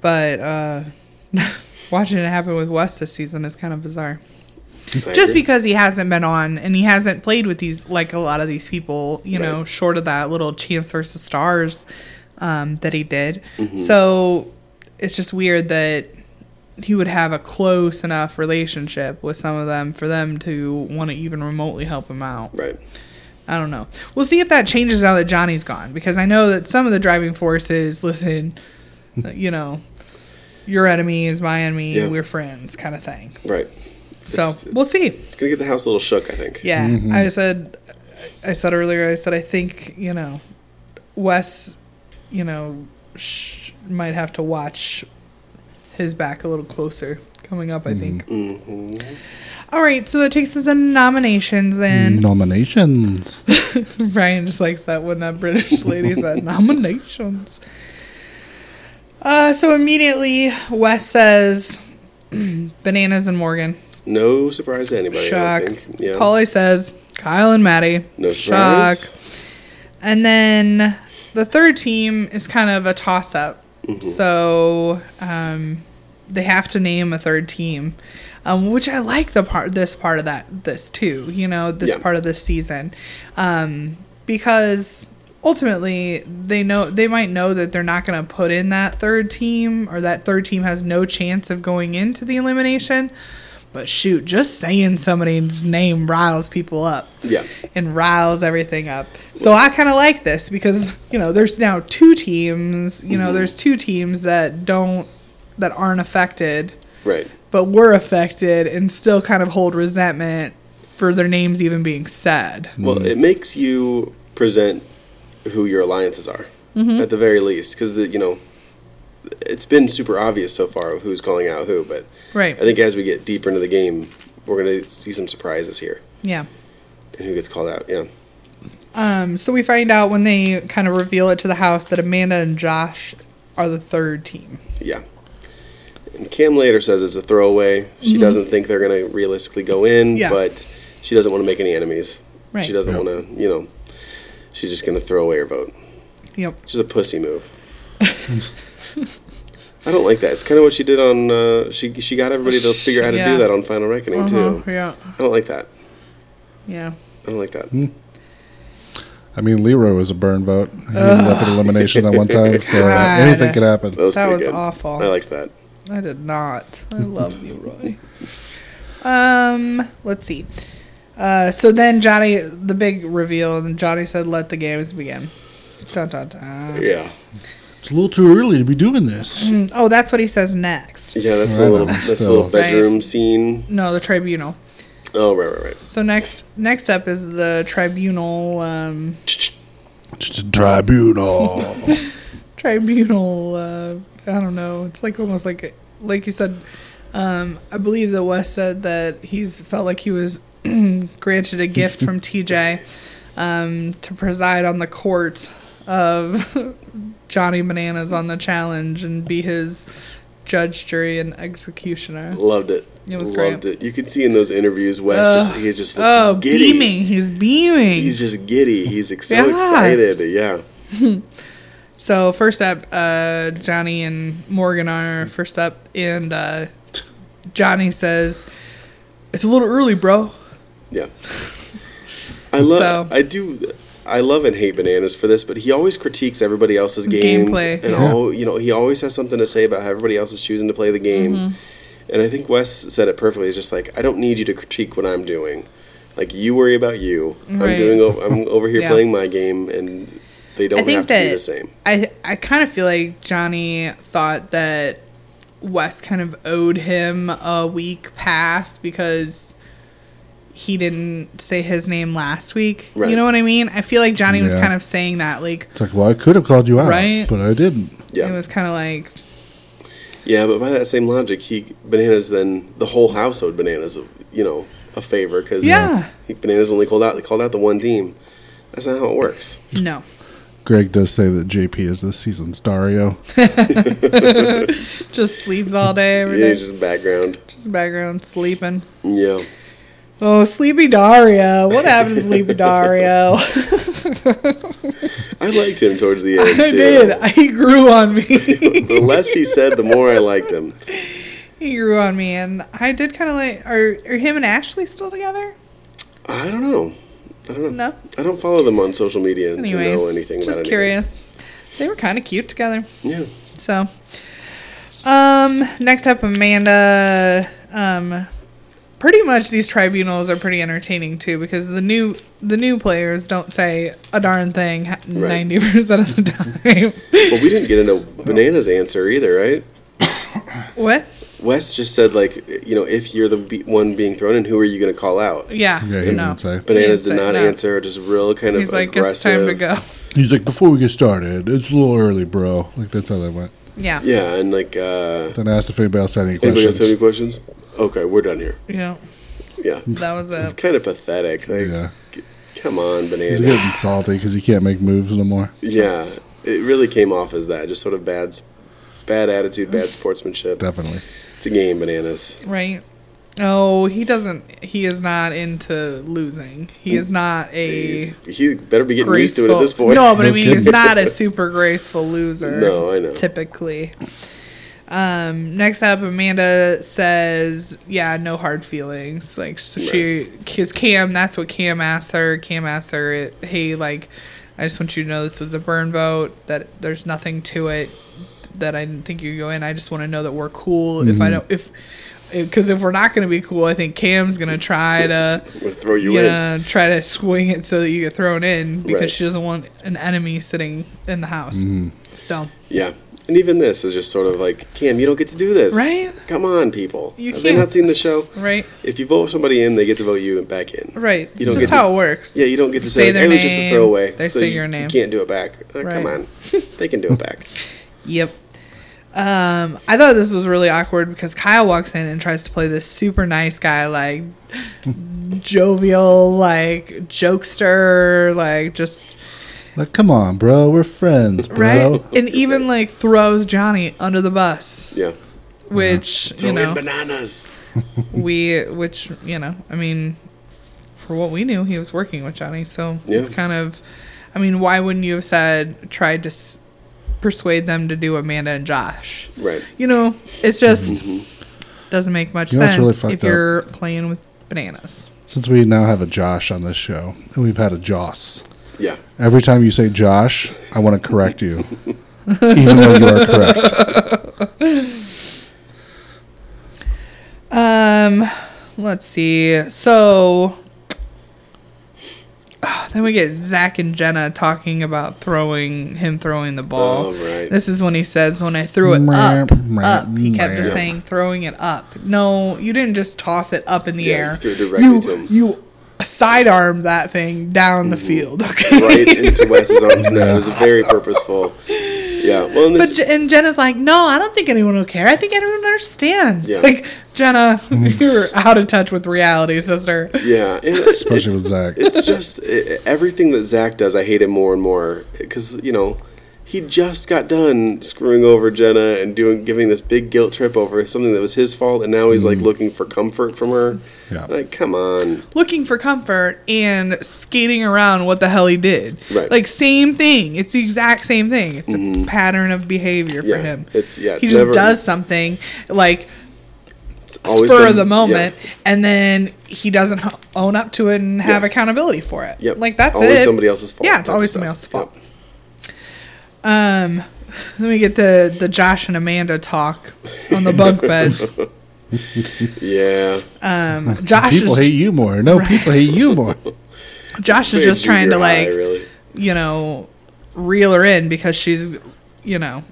Speaker 2: but uh watching it happen with Wes this season is kind of bizarre.
Speaker 3: I
Speaker 2: Just
Speaker 3: agree.
Speaker 2: because he hasn't been on and he hasn't played with these like a lot of these people, you know,
Speaker 3: Right.
Speaker 2: short of that little Champs versus Stars um, that he did.
Speaker 3: Mm-hmm.
Speaker 2: So it's just weird that he would have a close enough relationship with some of them for them to want to even remotely help him out.
Speaker 3: Right.
Speaker 2: I don't know. We'll see if that changes now that Johnny's gone because I know that some of the driving force is listen, you know, your enemy is my enemy,
Speaker 3: Yeah.
Speaker 2: we're friends kind of thing.
Speaker 3: Right.
Speaker 2: So
Speaker 3: It's- it's-
Speaker 2: we'll see.
Speaker 3: It's going to get the house a little shook, I think.
Speaker 2: Yeah. I said I said earlier I said I think, you know, Wes, you know, sh- might have to watch his back a little closer coming up, I think.
Speaker 3: Mm-hmm.
Speaker 2: All right, so that takes us to nominations then.
Speaker 4: Nominations.
Speaker 2: Brian just likes that when that British lady said nominations. Uh, so immediately Wes says bananas and Morgan.
Speaker 3: No surprise to anybody.
Speaker 2: Shock.
Speaker 3: I don't think. Yeah.
Speaker 2: Polly says Kyle and Maddie.
Speaker 3: no surprise.
Speaker 2: And then the third team is kind of a toss up. So um, they have to name a third team, um, which I like the part this part of that this too. You know this
Speaker 3: Yeah.
Speaker 2: part of this season um, because ultimately they know they might know that they're not going to put in that third team or that third team has no chance of going into the elimination But shoot, just saying somebody's name riles people up.
Speaker 3: Yeah.
Speaker 2: And riles everything up. So I kind of like this because, you know, there's now two teams, you know, there's two teams that don't, that aren't affected,
Speaker 3: Right.
Speaker 2: but were affected and still kind of hold resentment for their names even being said.
Speaker 3: Well, it makes you present who your alliances are
Speaker 2: Mm-hmm.
Speaker 3: at the very least, because the you know, it's been super obvious so far of who's calling out who. But
Speaker 2: Right.
Speaker 3: I think as we get deeper into the game, we're gonna see some surprises here
Speaker 2: Yeah. Um,
Speaker 3: and who gets called out. Yeah.
Speaker 2: So we find out when they kind of reveal it to the house that Amanda and Josh are the third team.
Speaker 3: Yeah. And Cam later says it's a throwaway. She doesn't think they're going to realistically go in,
Speaker 2: Mm-hmm. Yeah.
Speaker 3: but she doesn't want to make any enemies.
Speaker 2: Right.
Speaker 3: She doesn't
Speaker 4: Yeah.
Speaker 3: want to, you know, she's just going to throw away her vote.
Speaker 2: Yep.
Speaker 3: She's a pussy move. I don't like that. It's kind of what she did on. Uh, she she got everybody to figure out how to
Speaker 2: Yeah. Uh-huh.
Speaker 3: do that on Final Reckoning too.
Speaker 2: Oh, Yeah.
Speaker 3: I don't like that.
Speaker 2: Yeah.
Speaker 3: I don't like that.
Speaker 4: Hmm. I mean, Leroy was a burn vote. He ended up in elimination that one time, so uh,
Speaker 2: God.
Speaker 4: anything could happen.
Speaker 3: That was,
Speaker 2: That
Speaker 3: pretty
Speaker 2: was
Speaker 3: good.
Speaker 2: awful.
Speaker 3: I liked that.
Speaker 2: I did not. I love Leroy. Um, let's see. Uh, so then Johnny, the big reveal, and Johnny said, "Let the games begin." Dun, dun, dun.
Speaker 3: Yeah,
Speaker 4: It's a little too early to be doing this.
Speaker 2: Oh, that's what he says next.
Speaker 3: yeah. That's the
Speaker 4: Right
Speaker 3: little
Speaker 4: on.
Speaker 3: that's the little
Speaker 4: Still.
Speaker 2: Right.
Speaker 3: bedroom scene.
Speaker 2: No, the tribunal.
Speaker 3: Oh right, right, right.
Speaker 2: So next, next up is the tribunal. Um,
Speaker 4: It's a tribunal.
Speaker 2: tribunal. Uh, I don't know. It's like almost like a- like you said. Um, I believe that Wes said that he's felt like he was granted a gift from TJ um, to preside on the court of Johnny Bananas on the challenge and be his judge, jury, and executioner.
Speaker 3: Loved it.
Speaker 2: It was great.
Speaker 3: Loved it. You could see in those interviews, Wes. just, he just looks
Speaker 2: Oh,
Speaker 3: giddy.
Speaker 2: beaming! He's beaming.
Speaker 3: He's just giddy. He's ex- so
Speaker 2: Yes.
Speaker 3: excited. Yeah.
Speaker 2: So first up, uh, Johnny and Morgan are first up, and uh, Johnny says, "It's a little early, bro."
Speaker 3: Yeah. I love.
Speaker 2: So-
Speaker 3: I do. I love and hate bananas for this, but he always critiques everybody else's games,
Speaker 2: Gameplay.
Speaker 3: and
Speaker 2: Yeah.
Speaker 3: all you know. He always has something to say about how everybody else is choosing to play the game.
Speaker 2: Mm-hmm.
Speaker 3: And I think Wes said it perfectly. He's just like, I don't need you to critique what I'm doing. Like you worry about you.
Speaker 2: Right.
Speaker 3: I'm doing. o- I'm over here
Speaker 2: Yeah.
Speaker 3: playing my game, and they don't
Speaker 2: I think
Speaker 3: have to
Speaker 2: that
Speaker 3: be the same.
Speaker 2: I I kind of feel like Johnny thought that Wes kind of owed him a week pass because he didn't say his name last week.
Speaker 3: Right.
Speaker 2: You know what I mean? I feel like Johnny was
Speaker 4: Yeah.
Speaker 2: kind of saying that, like
Speaker 4: it's like, well, I could have called you out,
Speaker 2: Right?
Speaker 4: but I didn't.
Speaker 3: Yeah.
Speaker 2: it was kind of like
Speaker 3: Yeah, but by that same logic, he bananas then the whole house owed bananas, you know, a favor because
Speaker 2: Yeah.
Speaker 3: he, bananas only called out they called out the one team. That's not how it works.
Speaker 2: no.
Speaker 4: Greg does say that JP is this season's Dario.
Speaker 2: Just sleeps all day, every
Speaker 3: Yeah,
Speaker 2: day.
Speaker 3: just background.
Speaker 2: just background sleeping.
Speaker 3: Yeah,
Speaker 2: Oh, Sleepy Dario. What happened to Sleepy Dario?
Speaker 3: I liked him towards the end.
Speaker 2: I
Speaker 3: too.
Speaker 2: did. He grew on me.
Speaker 3: The less he said, the more I liked him.
Speaker 2: he grew on me, and I did kind of like. Are, are him and Ashley still together?
Speaker 3: I don't know. I don't know.
Speaker 2: No.
Speaker 3: I don't follow them on social media
Speaker 2: Anyways,
Speaker 3: to know anything about
Speaker 2: just
Speaker 3: anything.
Speaker 2: curious. They were kind of cute together.
Speaker 3: Yeah.
Speaker 2: So, um, next up, Amanda. Um, pretty much these tribunals are pretty entertaining too because the new the new players don't say a darn thing ninety percent of the time.
Speaker 3: Well, we didn't get into bananas' answer either, right?
Speaker 2: what?
Speaker 3: Wes just said like, you know, if you're the be- one being thrown in, who are you going to call out?
Speaker 2: Yeah.
Speaker 4: Yeah, he didn't say.
Speaker 3: Bananas
Speaker 2: He
Speaker 3: did
Speaker 2: didn't say
Speaker 3: not
Speaker 2: no.
Speaker 3: answer. Just real kind of
Speaker 2: He's like,
Speaker 3: aggressive.
Speaker 2: it's time to go.
Speaker 4: He's like, before we get started, it's a little early, bro. Like that's how that went.
Speaker 2: Yeah.
Speaker 3: Yeah, and like, uh,
Speaker 4: Then I asked if anybody else had any
Speaker 3: anybody else have
Speaker 4: questions.
Speaker 3: any questions? Okay, we're done here.
Speaker 2: Yeah.
Speaker 3: Yeah,
Speaker 2: That was
Speaker 3: it's
Speaker 2: it.
Speaker 3: kind of pathetic. Like,
Speaker 4: yeah,
Speaker 3: c- come on,
Speaker 4: he's
Speaker 3: bananas.
Speaker 4: getting salty because he can't make moves no more.
Speaker 3: Yeah, it really came off as that. Just sort of bad, s- bad attitude, bad sportsmanship.
Speaker 4: Definitely.
Speaker 3: It's a game, bananas.
Speaker 2: Right. Oh, he doesn't. He is not into losing. He is not a
Speaker 3: He's, he better be getting used to
Speaker 2: graceful.
Speaker 3: it at this point.
Speaker 2: No, but I
Speaker 4: No
Speaker 2: mean, he's
Speaker 4: kidding.
Speaker 2: not a super graceful loser.
Speaker 3: No, I know.
Speaker 2: Typically. Um, next up, Amanda says, "Yeah, no hard feelings." Like so she, because Cam, that's what Cam asked her. Cam asked her, "Hey, like, I just want you to know this was a burn vote. That there's
Speaker 4: Mm-hmm.
Speaker 2: nothing to it. That I didn't think you go in. I just want to know that we're cool. If I don't, if Because if we're not going to be cool, I think Cam's going to try to
Speaker 3: I'm gonna throw you
Speaker 2: you
Speaker 3: in.
Speaker 2: know try to swing it so that you get thrown in because
Speaker 3: Right. Mm-hmm.
Speaker 2: she doesn't want an enemy sitting in the house. So
Speaker 3: Yeah. And even this is just sort of like, Cam, you don't get to do this.
Speaker 2: Right?
Speaker 3: Come on, people.
Speaker 2: You
Speaker 3: Have they
Speaker 2: can't-
Speaker 3: not seen the show?
Speaker 2: right,
Speaker 3: If you vote somebody in, they get to vote you back in.
Speaker 2: right.
Speaker 3: You
Speaker 2: It's
Speaker 3: don't
Speaker 2: just
Speaker 3: get
Speaker 2: how
Speaker 3: to-
Speaker 2: it works.
Speaker 3: Yeah, you don't get to
Speaker 2: Say
Speaker 3: say,
Speaker 2: their
Speaker 3: it was just a
Speaker 2: name,
Speaker 3: throwaway.
Speaker 2: they say
Speaker 3: you,
Speaker 2: your name.
Speaker 3: You can't do it back. Uh,
Speaker 2: Right.
Speaker 3: Come on. They can do it back.
Speaker 2: Yep. Um, I thought this was really awkward because Kyle walks in and tries to play this super nice guy, like jovial, like jokester, like just
Speaker 4: Like, come on, bro. We're friends,
Speaker 2: right,
Speaker 4: bro.
Speaker 2: and even like throws Johnny under the bus,
Speaker 3: Yeah.
Speaker 2: which
Speaker 3: Throw
Speaker 2: you know
Speaker 3: in bananas.
Speaker 2: we, which you know, I mean, for what we knew, he was working with Johnny, so
Speaker 3: Yeah.
Speaker 2: it's kind of, I mean, why wouldn't you have said tried to s- persuade them to do Amanda and Josh?
Speaker 3: Right. Mm-hmm.
Speaker 2: you know, it's just doesn't make much
Speaker 4: You know what's
Speaker 2: sense
Speaker 4: really fucked
Speaker 2: if you're playing with bananas.
Speaker 4: Since we now have a Josh on this show, and we've had a Joss.
Speaker 3: Yeah.
Speaker 4: Every time you say Josh, I want to correct you, even though you are correct.
Speaker 2: Um, let's see. So Ah, then we get Zach and Jenna talking about throwing him throwing the ball.
Speaker 3: Oh, right.
Speaker 2: This is when he says, "When I threw it up,
Speaker 4: Meow,
Speaker 2: up." He kept just
Speaker 4: meow.
Speaker 2: saying, "Throwing it up." No, you didn't just toss it up in the
Speaker 3: Yeah.
Speaker 2: air.
Speaker 3: You threw it directly to
Speaker 2: You
Speaker 3: him. Mm-hmm.
Speaker 2: you sidearm that thing down the field. Okay.
Speaker 3: right into Wes's arms. No, it was very purposeful. Yeah. Well, and this,
Speaker 2: But Je- and Jenna's like, no, I don't think anyone will care. I think everyone understands.
Speaker 3: Yeah.
Speaker 2: Like Jenna, you're out of touch with reality, sister.
Speaker 3: yeah, and it's-
Speaker 4: Especially with Zach.
Speaker 3: it's just i everything that Zach does. I hate him more and more because you know he just got done screwing over Jenna and doing giving this big guilt trip over something that was his fault, and now he's like looking for comfort from her.
Speaker 4: Yeah.
Speaker 3: Like, come on,
Speaker 2: Looking for comfort and skating around what the hell he did.
Speaker 3: Right. Mm-hmm.
Speaker 2: Like same thing. It's the exact same thing. It's a pattern of behavior for
Speaker 3: Yeah.
Speaker 2: him.
Speaker 3: It's- yeah,
Speaker 2: he
Speaker 3: it's
Speaker 2: just
Speaker 3: never-
Speaker 2: does something like
Speaker 3: it's
Speaker 2: spur
Speaker 3: some-
Speaker 2: of the moment,
Speaker 3: Yeah.
Speaker 2: and then he doesn't h- own up to it and have
Speaker 3: Yeah.
Speaker 2: accountability for it.
Speaker 3: Yep.
Speaker 2: Like that's
Speaker 3: always
Speaker 2: it.
Speaker 3: somebody else's fault.
Speaker 2: Yeah, it's
Speaker 3: type of
Speaker 2: always somebody else's
Speaker 3: stuff.
Speaker 2: fault. Um, let me get the the Josh and Amanda talk on the bunk beds.
Speaker 3: Yeah.
Speaker 2: Um, Josh
Speaker 4: People
Speaker 2: is
Speaker 4: hate you more. No, people hate you more.
Speaker 2: Josh is
Speaker 3: Very
Speaker 2: just trying to
Speaker 3: junior high,
Speaker 2: like
Speaker 3: really.
Speaker 2: you know reel her in because she's you know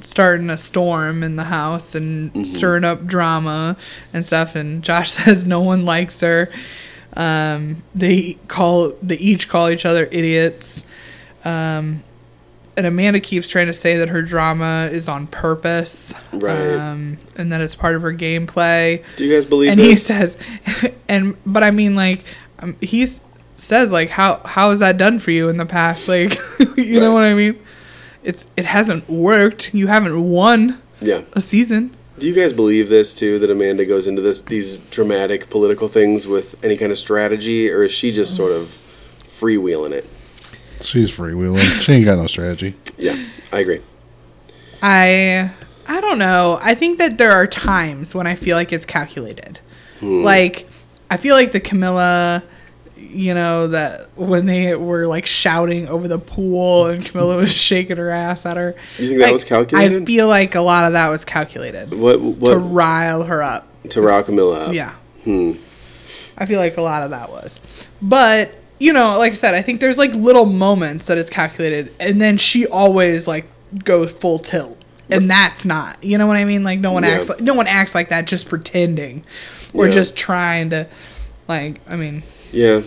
Speaker 2: starting a storm in the house and stirring up drama and stuff. And Josh says no one likes her. Um, they call they each call each other idiots. Um, and Amanda keeps trying to say that her drama is on purpose,
Speaker 3: Right.
Speaker 2: Um, and that it's part of her gameplay.
Speaker 3: Do you guys believe
Speaker 2: And he
Speaker 3: this?
Speaker 2: says, and but I mean, like um, he s- says, like how how has that done for you in the past? Like, you know
Speaker 3: Right.
Speaker 2: what I mean? It's it hasn't worked. You haven't won
Speaker 3: yeah.
Speaker 2: a season.
Speaker 3: Do you guys believe this too? That Amanda goes into this these dramatic political things with any kind of strategy, or is she just sort of freewheeling it?
Speaker 4: She's freewheeling. She ain't got no strategy.
Speaker 3: Yeah, I agree.
Speaker 2: I I don't know. I think that there are times when I feel like it's calculated.
Speaker 3: Hmm.
Speaker 2: Like I feel like the Camilla you know that when they were like shouting over the pool and Camilla was shaking her ass at her.
Speaker 3: You think that
Speaker 2: Like,
Speaker 3: was calculated?
Speaker 2: I feel like a lot of that was calculated
Speaker 3: What
Speaker 2: to
Speaker 3: what Oh. Hmm.
Speaker 2: rile her up.
Speaker 3: to rile Camilla up?
Speaker 2: Yeah. I feel like a lot of that was. But, you know, like I said, I think there's like little moments that it's calculated and then she always like goes full tilt. And that's not. You know what I mean? Like no one
Speaker 3: Yeah.
Speaker 2: acts like no one acts like that just pretending or
Speaker 3: Yeah.
Speaker 2: just trying to like I mean,
Speaker 3: Yeah.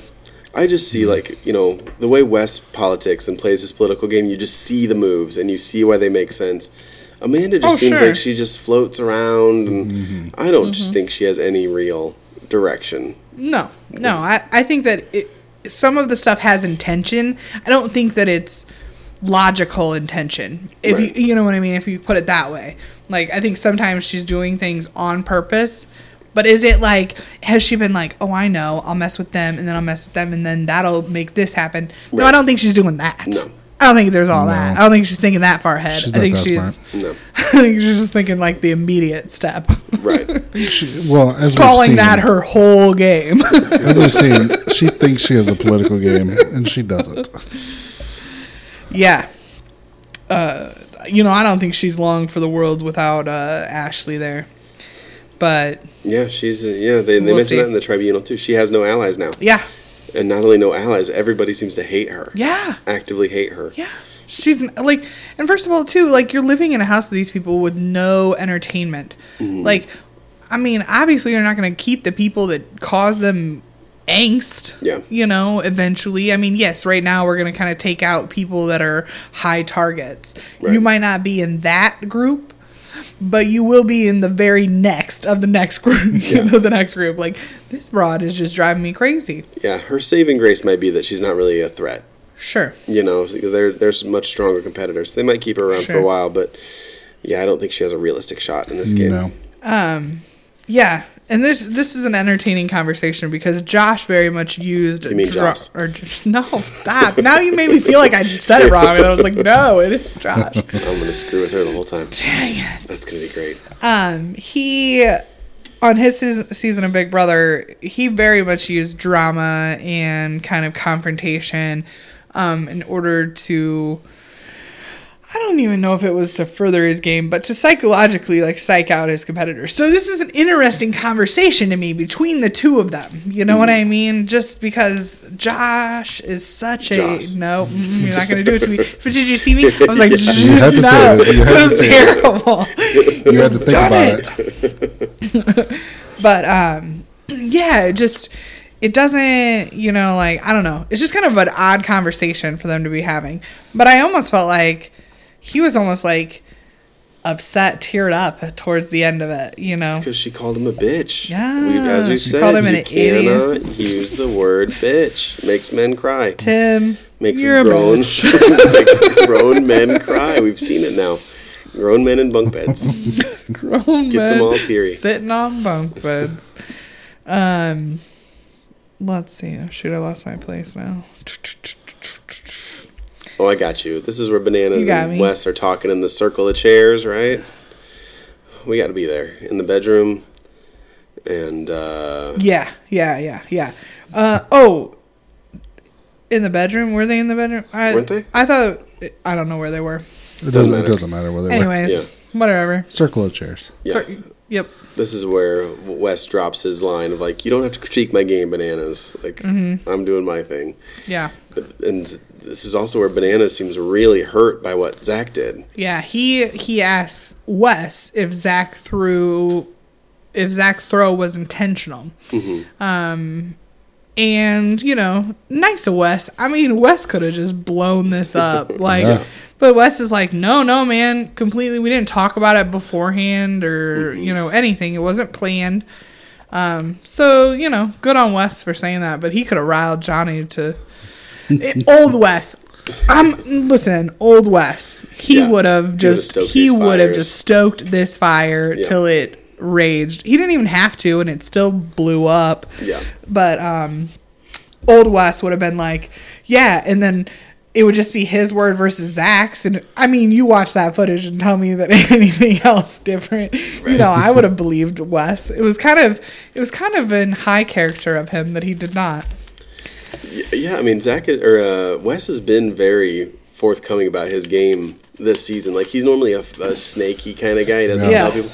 Speaker 3: I just see like you know the way Wes politics and plays his political game. You just see the moves and you see why they make sense. Amanda just
Speaker 2: Oh,
Speaker 3: seems
Speaker 2: sure. Mm-hmm.
Speaker 3: like she just floats around, and I don't just think she has any real direction.
Speaker 2: no. No, I I think that it some of the stuff has intention. I don't think that it's logical intention. If
Speaker 3: Right.
Speaker 2: you you know what I mean, if you put it that way. Like I think sometimes she's doing things on purpose, but is it like has she been like, "Oh, I know, I'll mess with them and then I'll mess with them and then that'll make this happen." No, I
Speaker 3: Right.
Speaker 2: don't think she's doing that.
Speaker 3: No.
Speaker 2: I don't think there's all that. I don't think she's thinking that far ahead.
Speaker 4: She's
Speaker 2: I
Speaker 4: not
Speaker 2: think
Speaker 4: that
Speaker 2: she's
Speaker 3: No,
Speaker 2: I think she's just thinking like the immediate step.
Speaker 3: right?
Speaker 4: She, well, as we've
Speaker 2: Calling
Speaker 4: seen-
Speaker 2: that her whole game.
Speaker 4: As we've seen, she thinks she has a political game, and she doesn't.
Speaker 2: Yeah. Uh, you know, I don't think she's long for the world without uh, Ashley there. But
Speaker 3: Yeah, she's uh, yeah. They, they
Speaker 2: We'll
Speaker 3: mentioned
Speaker 2: see.
Speaker 3: that in the tribunal too. She has no allies now,
Speaker 2: yeah,
Speaker 3: and not only no allies, everybody seems to hate her.
Speaker 2: yeah,
Speaker 3: actively hate her.
Speaker 2: yeah. She's like, and first of all, too, like you're living in a house with these people with no entertainment.
Speaker 3: Mm.
Speaker 2: Like, I mean, obviously you're not going to keep the people that cause them angst.
Speaker 3: Yeah.
Speaker 2: You know, eventually. I mean, yes, right now we're going to kind of take out people that are high targets. You
Speaker 3: Right.
Speaker 2: might not be in that group, but you will be in the very next of the next group. You know, the next group. Like this broad is just driving me crazy.
Speaker 3: Yeah, her saving grace might be that she's not really a threat.
Speaker 2: Sure.
Speaker 3: You know, so they're they're some much stronger competitors. They might keep her around for
Speaker 2: Sure.
Speaker 3: a while, but yeah, I don't think she has a realistic shot in this game.
Speaker 4: No.
Speaker 2: Yeah, and this this is an entertaining conversation because Josh very much used. You
Speaker 3: mean Joss.
Speaker 2: Or no, stop! now you made me feel like I said it wrong, and I was like, no, it is Josh.
Speaker 3: I'm gonna screw with her the whole time.
Speaker 2: Dang it.
Speaker 3: That's gonna be great.
Speaker 2: Um, he on his seas- season of Big Brother, he very much used drama and kind of confrontation um, in order to. I don't even know if it was to further his game, but to psychologically like psych out his competitors. So this is an interesting conversation to me between the two of them. You know
Speaker 4: Mm-hmm.
Speaker 2: what I mean? Just because Josh is such
Speaker 3: Joss.
Speaker 2: a no, mm, you're not going to do it to me. But did you see me? I was like,
Speaker 4: You
Speaker 2: no,
Speaker 4: hesitated. You
Speaker 2: it was
Speaker 4: hesitated.
Speaker 2: terrible.
Speaker 4: You had to think
Speaker 2: Darn
Speaker 4: about it.
Speaker 2: but um yeah it just it doesn't you know like i don't know it's just kind of an odd conversation for them to be having but i almost felt like he was almost like upset teared up towards the end of it you know
Speaker 3: Because she called him a bitch.
Speaker 2: Yeah,
Speaker 3: We, as we've
Speaker 2: she
Speaker 3: said,
Speaker 2: called him
Speaker 3: you
Speaker 2: an
Speaker 3: cannot use the word bitch. Makes men cry.
Speaker 2: tim
Speaker 3: makes
Speaker 2: you're a
Speaker 3: grown
Speaker 2: bitch.
Speaker 3: makes grown men cry. We've seen it now. Grown men in bunk beds.
Speaker 2: grown
Speaker 3: Gets 'em
Speaker 2: men
Speaker 3: all teary.
Speaker 2: sitting on bunk beds um let's see oh shoot i lost my place now
Speaker 3: Oh, I got you. This is where
Speaker 2: You
Speaker 3: bananas
Speaker 2: got
Speaker 3: and
Speaker 2: me.
Speaker 3: Wes are talking in the circle of chairs, right? We got to be there in the bedroom, and uh,
Speaker 2: Yeah, yeah, yeah, yeah. Uh, oh, in the bedroom? Were they in the bedroom? I,
Speaker 3: Weren't they?
Speaker 2: I thought I don't know where they were.
Speaker 4: It doesn't. It
Speaker 3: matter.
Speaker 4: doesn't matter whether we're
Speaker 2: Anyways,
Speaker 3: Yeah.
Speaker 2: whatever.
Speaker 4: circle of chairs.
Speaker 3: yeah,
Speaker 2: So- yep.
Speaker 3: this is where Wes drops his line of like, "You don't have to critique my game, bananas. Like,
Speaker 2: Mm-hmm.
Speaker 3: I'm doing my thing."
Speaker 2: Yeah.
Speaker 3: But, and this is also where bananas seems really hurt by what Zach did.
Speaker 2: Yeah. He he asks Wes if Zach threw if Zach's throw was intentional.
Speaker 3: Mm-hmm.
Speaker 2: Um and, you know, nice of Wes. I mean, Wes could have just blown this up. Like
Speaker 4: Yeah.
Speaker 2: but Wes is like, No, no, man, completely we didn't talk about it beforehand or,
Speaker 3: Mm-hmm.
Speaker 2: you know, anything. It wasn't planned. Um, so, you know, good on Wes for saying that, but he could have riled Johnny to It- old Wes. I'm listen, old Wes. He
Speaker 3: Yeah.
Speaker 2: would have
Speaker 3: He
Speaker 2: just
Speaker 3: would've stoked
Speaker 2: he
Speaker 3: these
Speaker 2: would have
Speaker 3: fires.
Speaker 2: just stoked this fire
Speaker 3: Yeah.
Speaker 2: till it raged. He didn't even have to, and it still blew up.
Speaker 3: Yeah.
Speaker 2: But um, old Wes would have been like, yeah, and then it would just be his word versus Zach's. And I mean, you watch that footage and tell me that anything else different. You know, I would have believed Wes. It was kind of it was kind of in high character of him that he did not.
Speaker 3: Yeah, I mean Zach is- or uh, Wes has been very forthcoming about his game this season. Like he's normally a, a snaky kind of guy. He doesn't
Speaker 2: Yeah.
Speaker 3: tell people.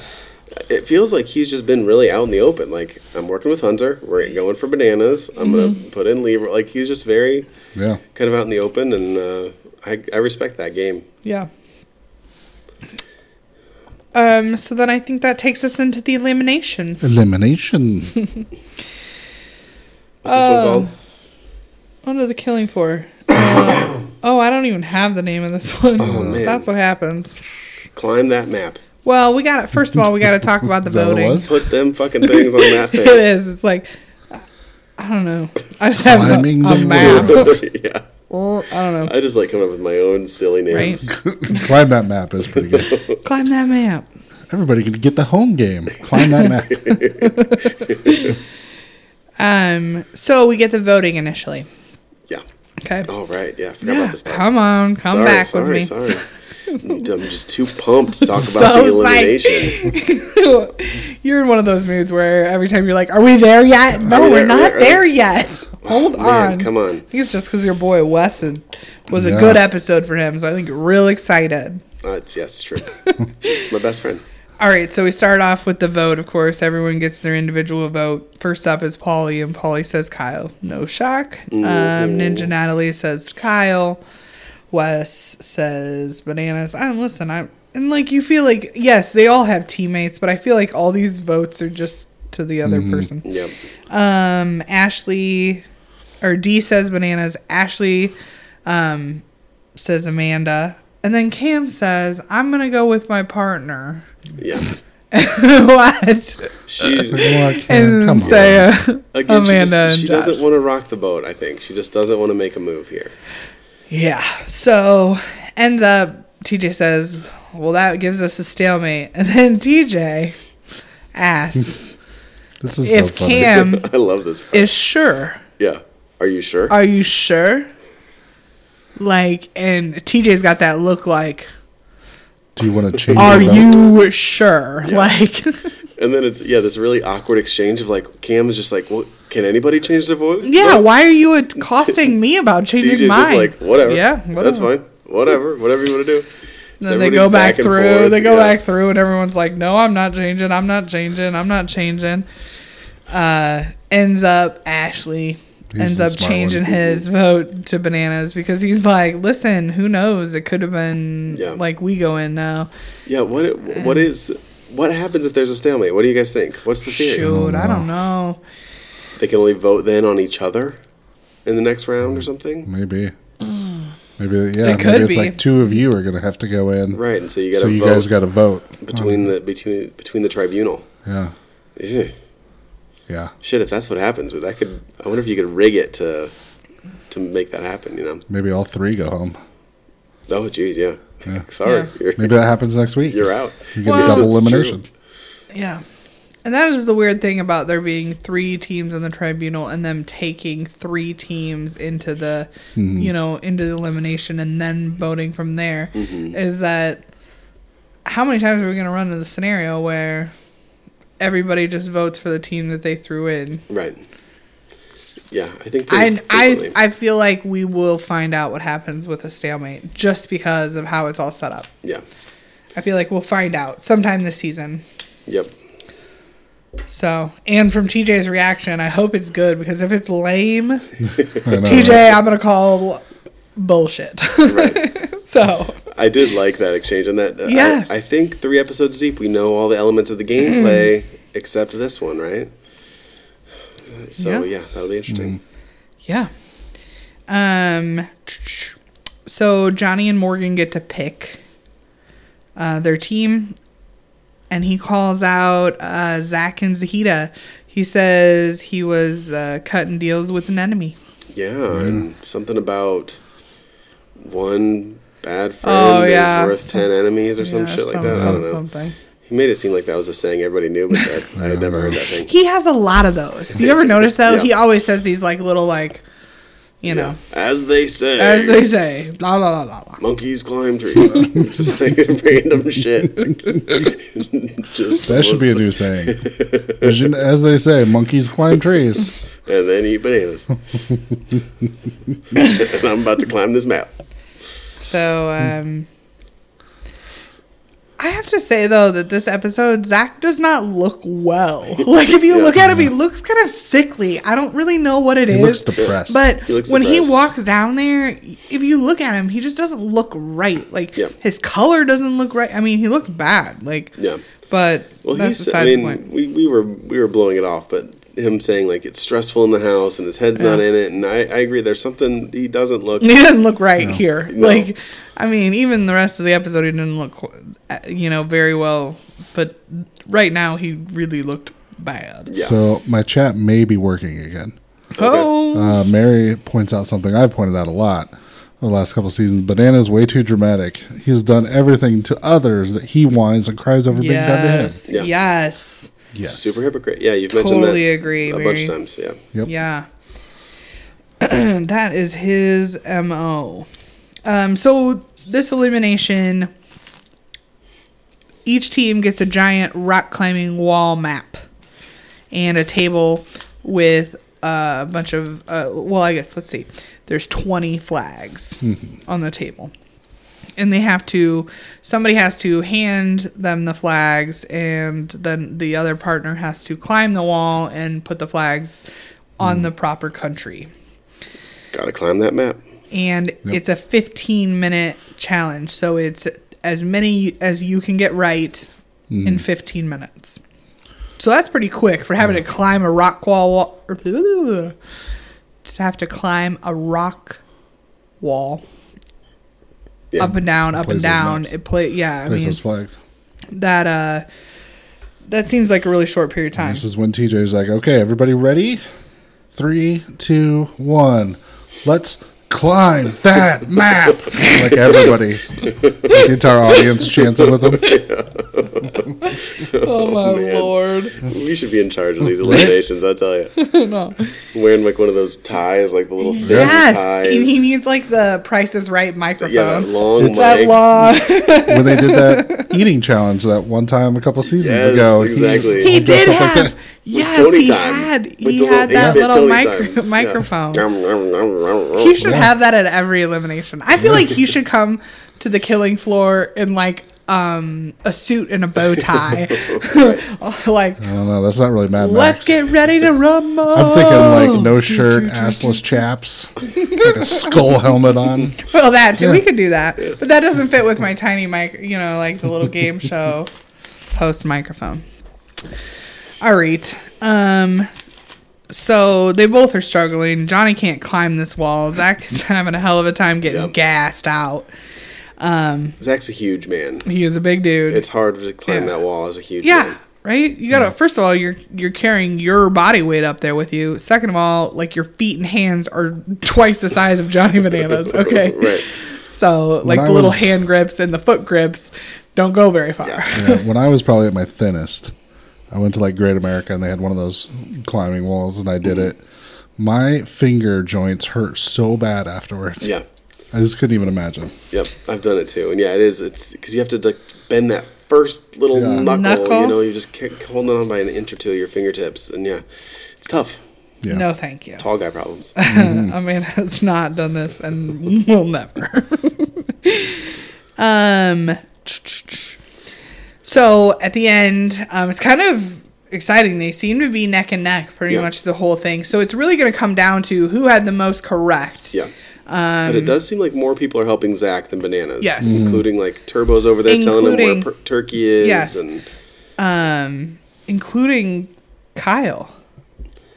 Speaker 3: It feels like he's just been really out in the open. Like I'm working with Hunter. We're going for bananas. I'm
Speaker 2: Mm-hmm.
Speaker 3: gonna put in lever. Like he's just very
Speaker 4: Yeah.
Speaker 3: kind of out in the open, and uh, I I respect that game.
Speaker 2: Yeah. Um, so then I think that takes us into the elimination.
Speaker 4: Elimination.
Speaker 3: What's this
Speaker 2: Oh.
Speaker 3: one called?
Speaker 2: What are the killing for? oh, I don't even have the name of this one.
Speaker 3: Oh, man.
Speaker 2: That's what happens.
Speaker 3: Climb that map.
Speaker 2: Well, we got to First of all, we got to talk about the
Speaker 4: Is that what it
Speaker 2: voting.
Speaker 4: was?
Speaker 3: Put them fucking things on that
Speaker 2: It
Speaker 3: thing.
Speaker 2: is. It's like I don't know. I just have a,
Speaker 4: Climbing
Speaker 2: a
Speaker 4: the
Speaker 2: map.
Speaker 4: world.
Speaker 3: yeah,
Speaker 2: Well, I don't know.
Speaker 3: I just like coming up with my own silly names.
Speaker 2: Right?
Speaker 4: Climb that map is pretty good.
Speaker 2: Climb that map.
Speaker 4: Everybody could get the home game. Climb that map.
Speaker 2: Um. So we get the voting initially.
Speaker 3: Yeah.
Speaker 2: Okay.
Speaker 3: All right. Yeah. I Oh, forgot
Speaker 2: yeah.
Speaker 3: about this. part.
Speaker 2: Come on. Come
Speaker 3: sorry,
Speaker 2: back
Speaker 3: sorry,
Speaker 2: with me.
Speaker 3: Sorry, I'm just too pumped to talk about
Speaker 2: So
Speaker 3: the elimination.
Speaker 2: you're in one of those moods where every time you're like, "Are we there yet?" No,
Speaker 3: we
Speaker 2: we're
Speaker 3: there?
Speaker 2: not
Speaker 3: Are we-
Speaker 2: there yet. Hold
Speaker 3: Man,
Speaker 2: on.
Speaker 3: come on.
Speaker 2: I think it's just because your boy Wesson was a
Speaker 4: Yeah.
Speaker 2: good episode for him, so I think you're real excited.
Speaker 3: Uh, it's, yes, it's true. It's my best friend.
Speaker 2: All right, so we start off with the vote. Of course, everyone gets their individual vote. First up is Polly, and Polly says Kyle. No shock. Um, Ninja Natalie says Kyle. Wes says bananas. I don't listen. I and like you feel like yes, they all have teammates, but I feel like all these votes are just to the other person.
Speaker 3: Yep.
Speaker 2: Um, Ashley or D says bananas. Ashley um, says Amanda, and then Cam says I'm gonna go with my partner.
Speaker 3: Yep.
Speaker 2: what?
Speaker 3: She's
Speaker 4: Well, I can't.
Speaker 2: And
Speaker 4: Come on.
Speaker 2: say uh,
Speaker 3: again. she
Speaker 2: Amanda
Speaker 3: just,
Speaker 2: and
Speaker 3: she
Speaker 2: Josh.
Speaker 3: doesn't want to rock the boat. I think she just doesn't want to make a move here.
Speaker 2: yeah. So ends up TJ says, "Well, that gives us a stalemate," and then TJ asks
Speaker 4: This is so
Speaker 2: if
Speaker 4: funny.
Speaker 2: Cam
Speaker 3: I love this. Part.
Speaker 2: is sure.
Speaker 3: yeah. Are you sure?
Speaker 2: are you sure? Like, and TJ's got that look like,
Speaker 4: Do you want to change?
Speaker 2: are
Speaker 4: your vote?
Speaker 2: you sure? Like,
Speaker 3: and then it's yeah, this really awkward exchange of like Cam is just like, well, can anybody change their vote?
Speaker 2: yeah, why are you accosting me about changing
Speaker 3: DJ's
Speaker 2: mine?
Speaker 3: just like, whatever.
Speaker 2: Yeah,
Speaker 3: That's
Speaker 2: whatever.
Speaker 3: fine. Whatever. Whatever you want to do. So
Speaker 2: then they
Speaker 3: everybody's
Speaker 2: go back,
Speaker 3: and
Speaker 2: through,
Speaker 3: forth,
Speaker 2: they go
Speaker 3: yeah.
Speaker 2: back through, and everyone's like, no, I'm not changing, I'm not changing, I'm not changing. Uh, ends up, Ashley
Speaker 4: He's
Speaker 2: ends
Speaker 4: the
Speaker 2: up
Speaker 4: smart one.
Speaker 2: changing his vote to bananas because he's like, listen, who knows? It could have been
Speaker 3: Yeah.
Speaker 2: like we go in now.
Speaker 3: Yeah, what what is what happens if there's a stalemate? What do you guys think? What's the theory?
Speaker 2: Shoot, I
Speaker 3: Oh.
Speaker 2: don't know.
Speaker 3: They can only vote then on each other in the next round or something?
Speaker 4: Maybe. Maybe yeah.
Speaker 2: Mm. could
Speaker 4: maybe it's
Speaker 2: be.
Speaker 4: like two of you are gonna have to go in.
Speaker 3: Right, and so you
Speaker 4: So
Speaker 3: gotta
Speaker 4: you
Speaker 3: vote
Speaker 4: guys got to vote.
Speaker 3: between the between between the tribunal.
Speaker 4: Yeah.
Speaker 3: Yeah.
Speaker 4: Yeah.
Speaker 3: Shit, if that's what happens, that could I wonder if you could rig it to to make that happen, you know.
Speaker 4: Maybe all three go home.
Speaker 3: Oh jeez, yeah. Sorry. You're,
Speaker 4: Maybe that happens next week.
Speaker 3: you're out.
Speaker 4: You get
Speaker 2: Well-
Speaker 4: double
Speaker 3: That's true.
Speaker 4: elimination.
Speaker 2: Yeah. And that is the weird thing about there being three teams in the tribunal and them taking three teams into the,
Speaker 3: Mm-hmm.
Speaker 2: you know, into the elimination and then voting from there, is
Speaker 3: Mm-hmm.
Speaker 2: that how many times are we going to run into the scenario where everybody just votes for the team that they threw in?
Speaker 3: Right. Yeah, I think pretty
Speaker 2: I, I
Speaker 3: frequently.
Speaker 2: I feel like we will find out what happens with a stalemate just because of how it's all set up.
Speaker 3: Yeah.
Speaker 2: I feel like we'll find out sometime this season.
Speaker 3: Yep.
Speaker 2: So, and from TJ's reaction, I hope it's good because if it's lame,
Speaker 4: I know, right?
Speaker 2: TJ, I'm gonna call bullshit. so,
Speaker 3: I did like that exchange and that. Uh, I-
Speaker 2: Yes.
Speaker 3: I, think three episodes deep, we know all the elements of the
Speaker 2: Mm.
Speaker 3: gameplay except this one, right? So
Speaker 2: Yeah.
Speaker 3: yeah, that'll be
Speaker 4: Mm.
Speaker 3: interesting.
Speaker 2: yeah. Um, so Johnny and Morgan get to pick uh, their team, and he calls out uh, Zach and Zahida. He says he was uh, cutting deals with an enemy.
Speaker 3: Yeah, and something about one bad friend
Speaker 2: Oh, yeah.
Speaker 3: is worth ten enemies or some
Speaker 2: Yeah,
Speaker 3: shit like
Speaker 2: some-
Speaker 3: that. I
Speaker 2: some-
Speaker 3: don't know.
Speaker 2: something.
Speaker 3: He made it seem like that was a saying everybody knew, but that, I had never heard that thing.
Speaker 2: He has a lot of those. Do you ever notice though?
Speaker 3: Yeah.
Speaker 2: He always says these like little like, you know,
Speaker 3: As they say,
Speaker 2: as they say, blah blah blah blah blah.
Speaker 3: monkeys climb trees. Just like random shit. Just
Speaker 4: That should be a new saying. As you- As they say, monkeys climb trees.
Speaker 3: and then eat bananas. and I'm about to climb this map.
Speaker 2: So
Speaker 3: Hmm.
Speaker 2: um, I have to say though that this episode Zach does not look well. Like if you
Speaker 3: Yeah.
Speaker 2: look at him, he looks kind of sickly. I don't really know what it is.
Speaker 4: He looks depressed.
Speaker 2: But
Speaker 3: He looks
Speaker 2: when he
Speaker 3: depressed.
Speaker 2: walks down there, if you look at him, he just doesn't look right. Like
Speaker 3: Yeah.
Speaker 2: his color doesn't look right. I mean, he looks bad. Like
Speaker 3: Yeah.
Speaker 2: But
Speaker 3: Well,
Speaker 2: that's
Speaker 3: he's.
Speaker 2: besides
Speaker 3: I
Speaker 2: the
Speaker 3: mean,
Speaker 2: point.
Speaker 3: we, we were we were blowing it off, but him saying like it's stressful in the house and his head's not in it, and I, I agree. There's something he doesn't look.
Speaker 2: He didn't look right here.
Speaker 3: No.
Speaker 2: Like, I mean, even the rest of the episode, he didn't look, uh, you know, very well. But right now, he really looked bad.
Speaker 3: Yeah.
Speaker 4: So my chat may be working again.
Speaker 2: Oh,
Speaker 4: Uh, Mary points out something I've pointed out a lot the last couple seasons. Banana's way too dramatic. He's done everything to others that he whines and cries over being done to him.
Speaker 2: yes,
Speaker 3: Yeah.
Speaker 2: yes,
Speaker 4: Yes.
Speaker 3: Super hypocrite. Yeah, you've mentioned
Speaker 2: Totally
Speaker 3: that
Speaker 2: agree,
Speaker 3: a bunch
Speaker 2: Mary.
Speaker 3: of times. Yeah.
Speaker 4: Yep.
Speaker 2: yeah. that is his mo. Um, so this elimination, each team gets a giant rock climbing wall map. and a table with uh, a bunch of uh, well i guess let's see there's 20 flags on the table and they have to somebody has to hand them the flags and then the other partner has to climb the wall and put the flags on the proper country
Speaker 3: Gotta climb that map.
Speaker 2: and it's a 15 minute challenge so it's as many as you can get right in 15 minutes so that's pretty quick for having to climb a rock wall to have to climb a rock wall
Speaker 3: Yeah.
Speaker 2: up and down up
Speaker 4: Plays
Speaker 2: and
Speaker 4: those
Speaker 2: down
Speaker 4: maps.
Speaker 2: it play yeah i
Speaker 4: Place
Speaker 2: mean
Speaker 4: those flags.
Speaker 2: that uh that seems like a really short period of time
Speaker 4: This is when TJ's like, okay, everybody ready? Three, two, one. Let's climb that map. like everybody. Like the entire audience chanting with him.
Speaker 2: oh my
Speaker 3: man.
Speaker 2: lord
Speaker 3: We should be in charge of these eliminations, I tell you. Wearing like one of those ties, like the little thin
Speaker 2: yes
Speaker 3: ties.
Speaker 2: he, he needs like the price is right microphone
Speaker 3: yeah, that long
Speaker 4: It's-
Speaker 2: that
Speaker 3: leg.
Speaker 2: long
Speaker 4: When they did that eating challenge that one time a couple
Speaker 3: Yes,
Speaker 4: seasons ago. he-
Speaker 3: exactly.
Speaker 2: he
Speaker 4: dressed
Speaker 2: did
Speaker 4: up like
Speaker 2: have
Speaker 4: that.
Speaker 2: yes
Speaker 3: Tony
Speaker 2: he
Speaker 3: time.
Speaker 2: had
Speaker 3: With
Speaker 2: he
Speaker 3: the
Speaker 2: had
Speaker 3: little
Speaker 2: that
Speaker 3: eight-bit
Speaker 2: little
Speaker 3: Tony time.
Speaker 2: micro-
Speaker 3: Yeah.
Speaker 2: microphone
Speaker 3: Nom, nom, nom, nom, nom.
Speaker 2: he should have that at every elimination i feel like he should come to the killing floor in like um a suit and a bow tie like
Speaker 4: I don't know. That's not really Mad
Speaker 2: let's
Speaker 4: Max.
Speaker 2: get Oh. ready to rumble
Speaker 4: I'm thinking like no shirt, assless chaps, like a skull helmet on.
Speaker 2: Well, that too. We could do that, but that doesn't fit with my tiny mic. You know, like the little game show host microphone. All right. Um. So they both are struggling. Johnny can't climb this wall. Zach is having a hell of a time getting
Speaker 3: Yep.
Speaker 2: gassed out.
Speaker 3: Zach's a huge man.
Speaker 2: He is a big dude.
Speaker 3: It's hard to climb
Speaker 2: Yeah.
Speaker 3: that wall as a huge
Speaker 2: yeah.
Speaker 3: man.
Speaker 2: Right? You gotta first of all, you're you're carrying your body weight up there with you. Second of all, like your feet and hands are twice the size of Johnny Bananas. Okay.
Speaker 3: Right.
Speaker 2: So, like
Speaker 4: I
Speaker 2: the little
Speaker 4: was-
Speaker 2: hand grips and the foot grips don't go very far.
Speaker 4: Yeah, when I was probably at my thinnest, I went to like Great America and they had one of those climbing walls and I did it. My finger joints hurt so bad afterwards.
Speaker 3: Yeah.
Speaker 4: I just couldn't even imagine.
Speaker 3: Yep, I've done it too, and yeah, it is. It's because you have to like, bend that first little
Speaker 4: Yeah.
Speaker 3: knuckle,
Speaker 2: Knuckle?
Speaker 3: You know, you're just kick, holding on by an inch or two of your fingertips, and yeah, it's tough.
Speaker 4: Yeah.
Speaker 2: No, thank you.
Speaker 3: Tall guy problems. Mm-hmm.
Speaker 2: I mean, has not done this and will never. um, so at the end, um, it's kind of exciting. They seem to be neck and neck pretty
Speaker 3: Yeah.
Speaker 2: much the whole thing. So it's really going to come down to who had the most correct.
Speaker 3: yeah. but it does seem like more people are helping Zach than bananas.
Speaker 2: Um, Yes.
Speaker 3: including like turbos over there telling him
Speaker 2: Including-
Speaker 3: where per- turkey is.
Speaker 2: Yes.
Speaker 3: and
Speaker 2: Um, including Kyle.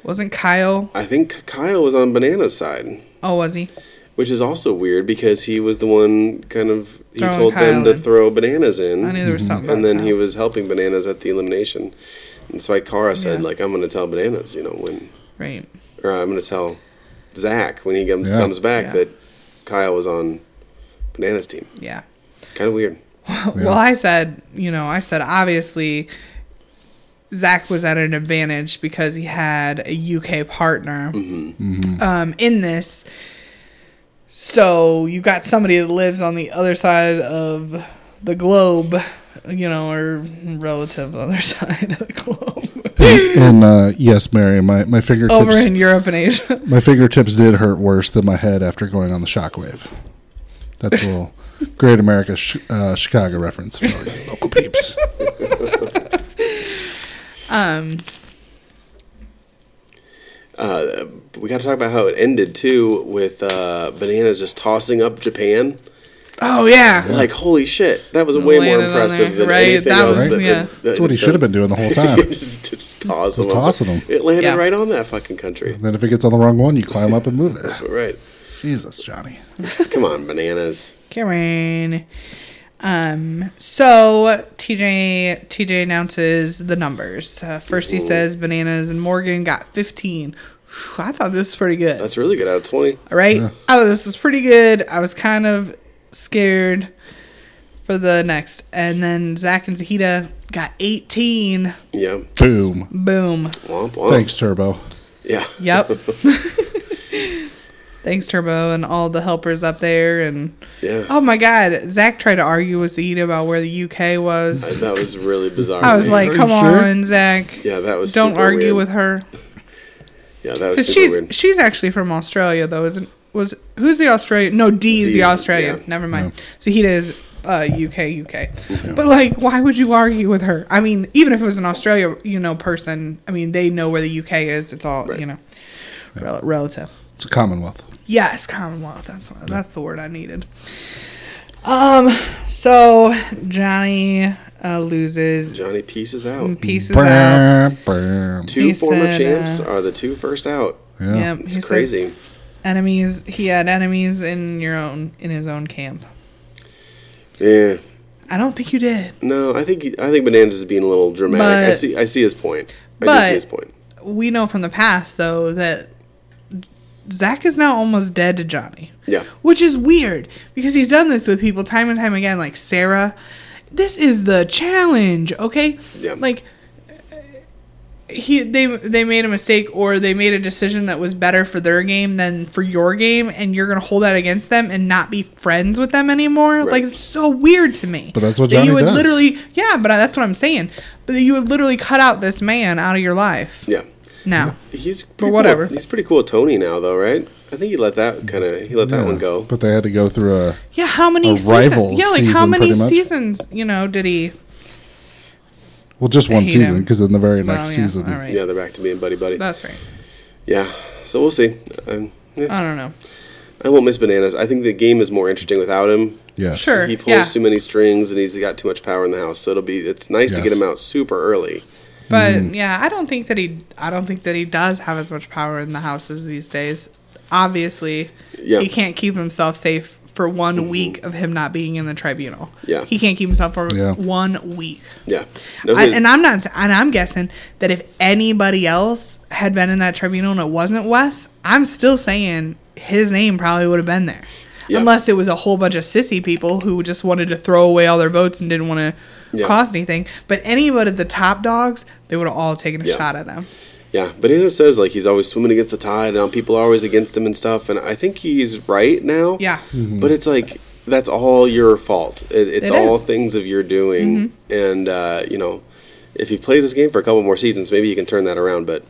Speaker 2: Wasn't Kyle?
Speaker 3: I think Kyle was on bananas' side,
Speaker 2: Oh, was he?
Speaker 3: which is also weird because he was the one kind of he
Speaker 2: Throwing
Speaker 3: told them
Speaker 2: Kyle
Speaker 3: to
Speaker 2: in.
Speaker 3: throw bananas in.
Speaker 2: I knew there was something.
Speaker 3: Mm-hmm. and
Speaker 2: about
Speaker 3: then
Speaker 2: Kyle.
Speaker 3: he was helping bananas at the elimination. And so like Kara said,
Speaker 2: Yeah.
Speaker 3: like I'm going to tell bananas, you know, when
Speaker 2: right.
Speaker 3: or I'm going to tell Zach when he comes
Speaker 4: Yeah.
Speaker 3: comes back
Speaker 2: Yeah.
Speaker 3: that Kyle was on bananas team.
Speaker 2: Yeah.
Speaker 3: Kind of weird.
Speaker 2: Well, I said, you know, I said obviously Zach was at an advantage because he had a UK partner Um, in this. So you got somebody that lives on the other side of the globe, you know, or relative other side of the globe,
Speaker 4: And uh, yes, Mary, my, my fingertips
Speaker 2: over in Europe and Asia.
Speaker 4: my fingertips did hurt worse than my head after going on the shockwave. That's a little Great America sh- uh, Chicago reference for all you local peeps.
Speaker 3: But we got to talk about how it ended too with uh, bananas just tossing up Japan.
Speaker 2: Oh yeah,
Speaker 3: Like holy shit, that was way more
Speaker 2: Landed on
Speaker 3: impressive
Speaker 2: there.
Speaker 3: than
Speaker 2: Right,
Speaker 3: anything
Speaker 2: that
Speaker 3: else.
Speaker 4: was-
Speaker 3: that-
Speaker 2: yeah.
Speaker 3: that-
Speaker 4: That's what he
Speaker 3: that-
Speaker 4: should have been doing the whole time.
Speaker 3: just, just toss
Speaker 4: Just
Speaker 3: them. up.
Speaker 4: tossing them.
Speaker 3: It landed
Speaker 2: Yeah.
Speaker 3: right on that fucking country.
Speaker 4: And then if it gets on the wrong one, you climb up and move it.
Speaker 3: Right.
Speaker 4: Jesus, Johnny.
Speaker 3: Come on, bananas.
Speaker 2: Karen. Um, so TJ TJ announces the numbers. Uh, first, he says bananas and Morgan got fifteen. Whew, I thought this was pretty good.
Speaker 3: That's really good out of 20.
Speaker 2: All right, oh, this is pretty good. I was kind of scared for the next, and then Zach and Zahida got eighteen.
Speaker 3: Yeah.
Speaker 4: Boom.
Speaker 2: Boom.
Speaker 3: Womp womp.
Speaker 4: Thanks, Turbo.
Speaker 3: Yeah.
Speaker 2: Yep. Thanks, Turbo, and all the helpers up there, and
Speaker 3: Yeah.
Speaker 2: oh my God, Zach tried to argue with Zahida about where the UK was.
Speaker 3: That was really bizarre.
Speaker 2: I was
Speaker 3: man.
Speaker 2: like,
Speaker 4: Are you
Speaker 2: "Come
Speaker 4: sure?"
Speaker 2: on, Zach.
Speaker 3: Yeah, that was
Speaker 2: Don't
Speaker 3: super
Speaker 2: argue
Speaker 3: weird.
Speaker 2: with her."
Speaker 3: yeah, that was
Speaker 2: Because
Speaker 3: super
Speaker 2: she's
Speaker 3: weird.
Speaker 2: she's actually from Australia, though, isn't was who's the Australian? No, D is
Speaker 3: D
Speaker 2: the
Speaker 3: is-
Speaker 2: Australian.
Speaker 3: yeah.
Speaker 2: Never mind. So he is uh, UK, UK. But like, why would you argue with her? I mean, even if it was an Australia, you know, person, I mean, they know where the UK is. It's all you know, rel- relative.
Speaker 4: It's a Commonwealth.
Speaker 2: Yes, Commonwealth. That's what, that's the word I needed. Um. So Johnny uh, loses
Speaker 3: Johnny pieces out.
Speaker 2: pieces out.
Speaker 4: Brr, brr.
Speaker 3: Two
Speaker 2: He
Speaker 3: former
Speaker 2: said,
Speaker 3: champs
Speaker 2: uh,
Speaker 3: are the two first out.
Speaker 4: Yeah.
Speaker 2: Yep, he
Speaker 3: It's
Speaker 2: says
Speaker 3: crazy.
Speaker 2: Enemies. He had enemies in your own in his own camp.
Speaker 3: Yeah.
Speaker 2: I don't think you did.
Speaker 3: No, I think I think Bonanza's being a little dramatic. I
Speaker 2: But-
Speaker 3: see I see his point. I do
Speaker 2: but-
Speaker 3: see his point.
Speaker 2: We know from the past though that Zach is now almost dead to Johnny.
Speaker 3: Yeah.
Speaker 2: Which is weird because he's done this with people time and time again, like Sarah. This is the challenge, okay?
Speaker 3: Yeah.
Speaker 2: Like he they they made a mistake or they made a decision that was better for their game than for your game, and you're gonna hold that against them and not be friends with them anymore.
Speaker 3: Right.
Speaker 2: Like it's so weird to me.
Speaker 4: But that's what
Speaker 2: that you
Speaker 4: Johnny
Speaker 2: would
Speaker 4: does.
Speaker 2: literally, yeah. But that's what I'm saying. But that you would literally cut out this man out of your life
Speaker 3: Yeah.
Speaker 2: now.
Speaker 3: He's pretty
Speaker 2: whatever.
Speaker 3: Cool. He's pretty cool with Tony now though, right? I think he let that kind of he let that
Speaker 4: Yeah.
Speaker 3: one go.
Speaker 4: But they had to go through a.
Speaker 2: Yeah, how many
Speaker 4: A rival
Speaker 2: seasons? Yeah, like how
Speaker 4: season,
Speaker 2: many
Speaker 4: pretty much.
Speaker 2: seasons? You know, did he?
Speaker 4: Well, just one
Speaker 2: Hate
Speaker 4: season,
Speaker 2: him.
Speaker 4: because in the very
Speaker 2: Well,
Speaker 4: next
Speaker 2: yeah,
Speaker 4: season.
Speaker 2: all right.
Speaker 3: yeah, they're back to being buddy buddy.
Speaker 2: That's Uh, right.
Speaker 3: yeah. So we'll see. Um, yeah.
Speaker 2: I don't know.
Speaker 3: I won't miss bananas. I think the game is more interesting without him.
Speaker 4: Yes.
Speaker 2: Sure.
Speaker 3: He pulls
Speaker 2: yeah.
Speaker 3: too many strings and he's got too much power in the house. So it'll be it's nice to get
Speaker 4: Yes.
Speaker 3: him out super early.
Speaker 2: But
Speaker 4: Mm-hmm.
Speaker 2: yeah, I don't think that he. I don't think that he does have as much power in the houses these days. Obviously,
Speaker 3: Yeah. Mm-hmm.
Speaker 2: he can't keep himself safe for one week of him not being in the tribunal.
Speaker 3: Yeah.
Speaker 2: he can't keep himself for
Speaker 4: Yeah.
Speaker 2: one week.
Speaker 3: Yeah. No,
Speaker 2: I,
Speaker 3: his-
Speaker 2: and I'm not. And I'm guessing that if anybody else had been in that tribunal and it wasn't Wes, I'm still saying his name probably would have been there,
Speaker 3: Yeah.
Speaker 2: unless it was a whole bunch of sissy people who just wanted to throw away all their votes and didn't want to
Speaker 3: Yeah.
Speaker 2: cost anything. But any but the top dogs, they would have all taken a
Speaker 3: Yeah.
Speaker 2: shot at him.
Speaker 3: Yeah, Banana says like he's always swimming against the tide, and people are always against him and stuff. And I think he's right now.
Speaker 2: Yeah.
Speaker 3: but it's like that's all your fault. It, it's
Speaker 2: It
Speaker 3: all
Speaker 2: is. Mm-hmm.
Speaker 3: things of your doing. And uh, you know, if he plays this game for a couple more seasons, maybe he can turn that around. But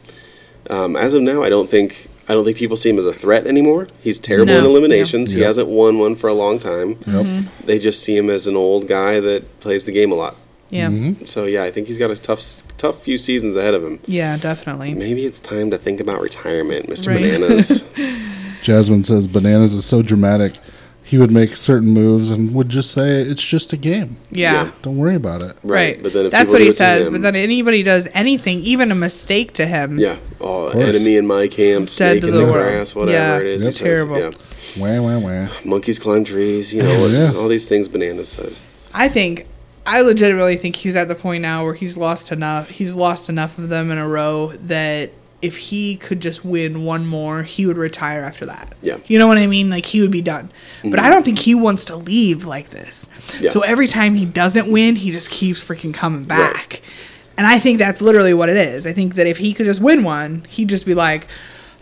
Speaker 3: um, as of now, I don't think I don't think people see him as a threat anymore. He's terrible
Speaker 2: No, Mm-hmm. yeah.
Speaker 3: in eliminations. He
Speaker 4: Yep.
Speaker 3: hasn't won one for a long time.
Speaker 4: Yep.
Speaker 3: They just see him as an old guy that plays the game a lot.
Speaker 2: Yeah,
Speaker 3: So yeah, I think he's got a tough tough few seasons ahead of him.
Speaker 2: yeah, definitely.
Speaker 3: Maybe it's time to think about retirement, Mr.
Speaker 2: Right.
Speaker 3: Bananas.
Speaker 4: Jasmine says bananas is so dramatic. He would make certain moves and would just say it's just a game.
Speaker 2: Yeah.
Speaker 3: Yeah.
Speaker 4: Don't worry about it.
Speaker 2: Right.
Speaker 3: But then if
Speaker 2: That's
Speaker 3: people
Speaker 2: what
Speaker 3: do
Speaker 2: he
Speaker 3: it to
Speaker 2: says.
Speaker 3: him-
Speaker 2: But then anybody does anything, even a mistake to him.
Speaker 3: yeah. Oh,
Speaker 4: course.
Speaker 3: enemy in my camp,
Speaker 2: Dead
Speaker 3: snake
Speaker 2: to
Speaker 3: in
Speaker 2: the
Speaker 3: the
Speaker 2: world.
Speaker 3: grass, whatever
Speaker 2: Yeah,
Speaker 3: it is.
Speaker 2: Yep.
Speaker 3: He says,
Speaker 2: terrible.
Speaker 3: yeah.
Speaker 4: Wah wah wah.
Speaker 3: Monkeys climb trees, you know,
Speaker 4: Yeah.
Speaker 3: all these things Bananas says.
Speaker 2: I think I legitimately think he's at the point now where he's lost enough. He's lost enough of them in a row that if he could just win one more, he would retire after that.
Speaker 3: Yeah. Mm-hmm.
Speaker 2: You know what I mean? Like he would be done. But I don't think he wants to leave like this.
Speaker 3: Yeah.
Speaker 2: So every time he doesn't win, he just keeps freaking coming back. And I think that's literally what it is. I think that if he could just win one, he'd just be like,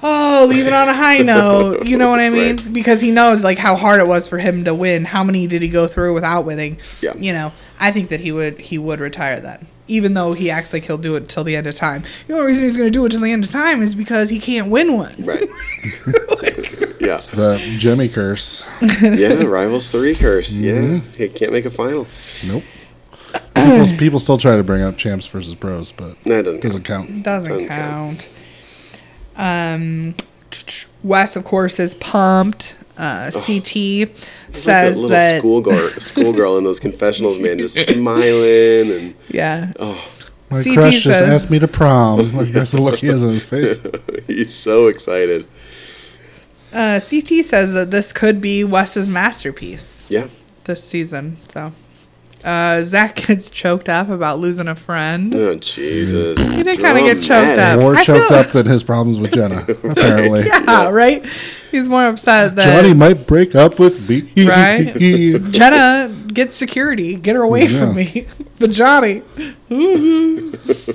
Speaker 2: "Oh, leave it on a high note." You know what I mean?
Speaker 3: Right.
Speaker 2: because he knows like how hard it was for him to win. How many did he go through without winning?
Speaker 3: Yeah.
Speaker 2: You know, I think that he would he would retire then, even though he acts like he'll do it till the end of time. The only reason he's going to do it till the end of time is because he can't win one.
Speaker 3: Right. yeah.
Speaker 4: The Jemmy curse.
Speaker 3: Yeah. Rivals 3 curse. Yeah.
Speaker 4: Mm-hmm.
Speaker 3: He can't make a final.
Speaker 4: Nope. people, people still try to bring up champs versus pros, but
Speaker 3: No, it doesn't.
Speaker 4: doesn't
Speaker 3: count.
Speaker 4: count.
Speaker 2: Doesn't
Speaker 3: Okay.
Speaker 2: count. Um, Wes of course is pumped. Uh, CT
Speaker 3: Like
Speaker 2: says
Speaker 3: that little
Speaker 2: that
Speaker 3: schoolgirl, schoolgirl in those confessionals, man, just smiling and
Speaker 2: yeah.
Speaker 3: oh,
Speaker 4: My
Speaker 2: CT
Speaker 4: crush just
Speaker 2: says-
Speaker 4: asked me to prom. Like that's the look he has on his face.
Speaker 3: he's so excited.
Speaker 2: Uh, CT says that this could be Wes's masterpiece.
Speaker 3: Yeah,
Speaker 2: this season. So uh, Zach gets choked up about losing a friend.
Speaker 3: oh Jesus,
Speaker 2: He did kinda get choked
Speaker 3: Dramatic.
Speaker 2: up.
Speaker 4: More
Speaker 2: I
Speaker 4: choked
Speaker 2: feel-
Speaker 4: up than his problems with Jenna, apparently.
Speaker 2: Yeah, right. He's more upset that
Speaker 4: Johnny might break up with me.
Speaker 2: Right? Jenna get security, get her away from
Speaker 4: Yeah.
Speaker 2: me. but Johnny,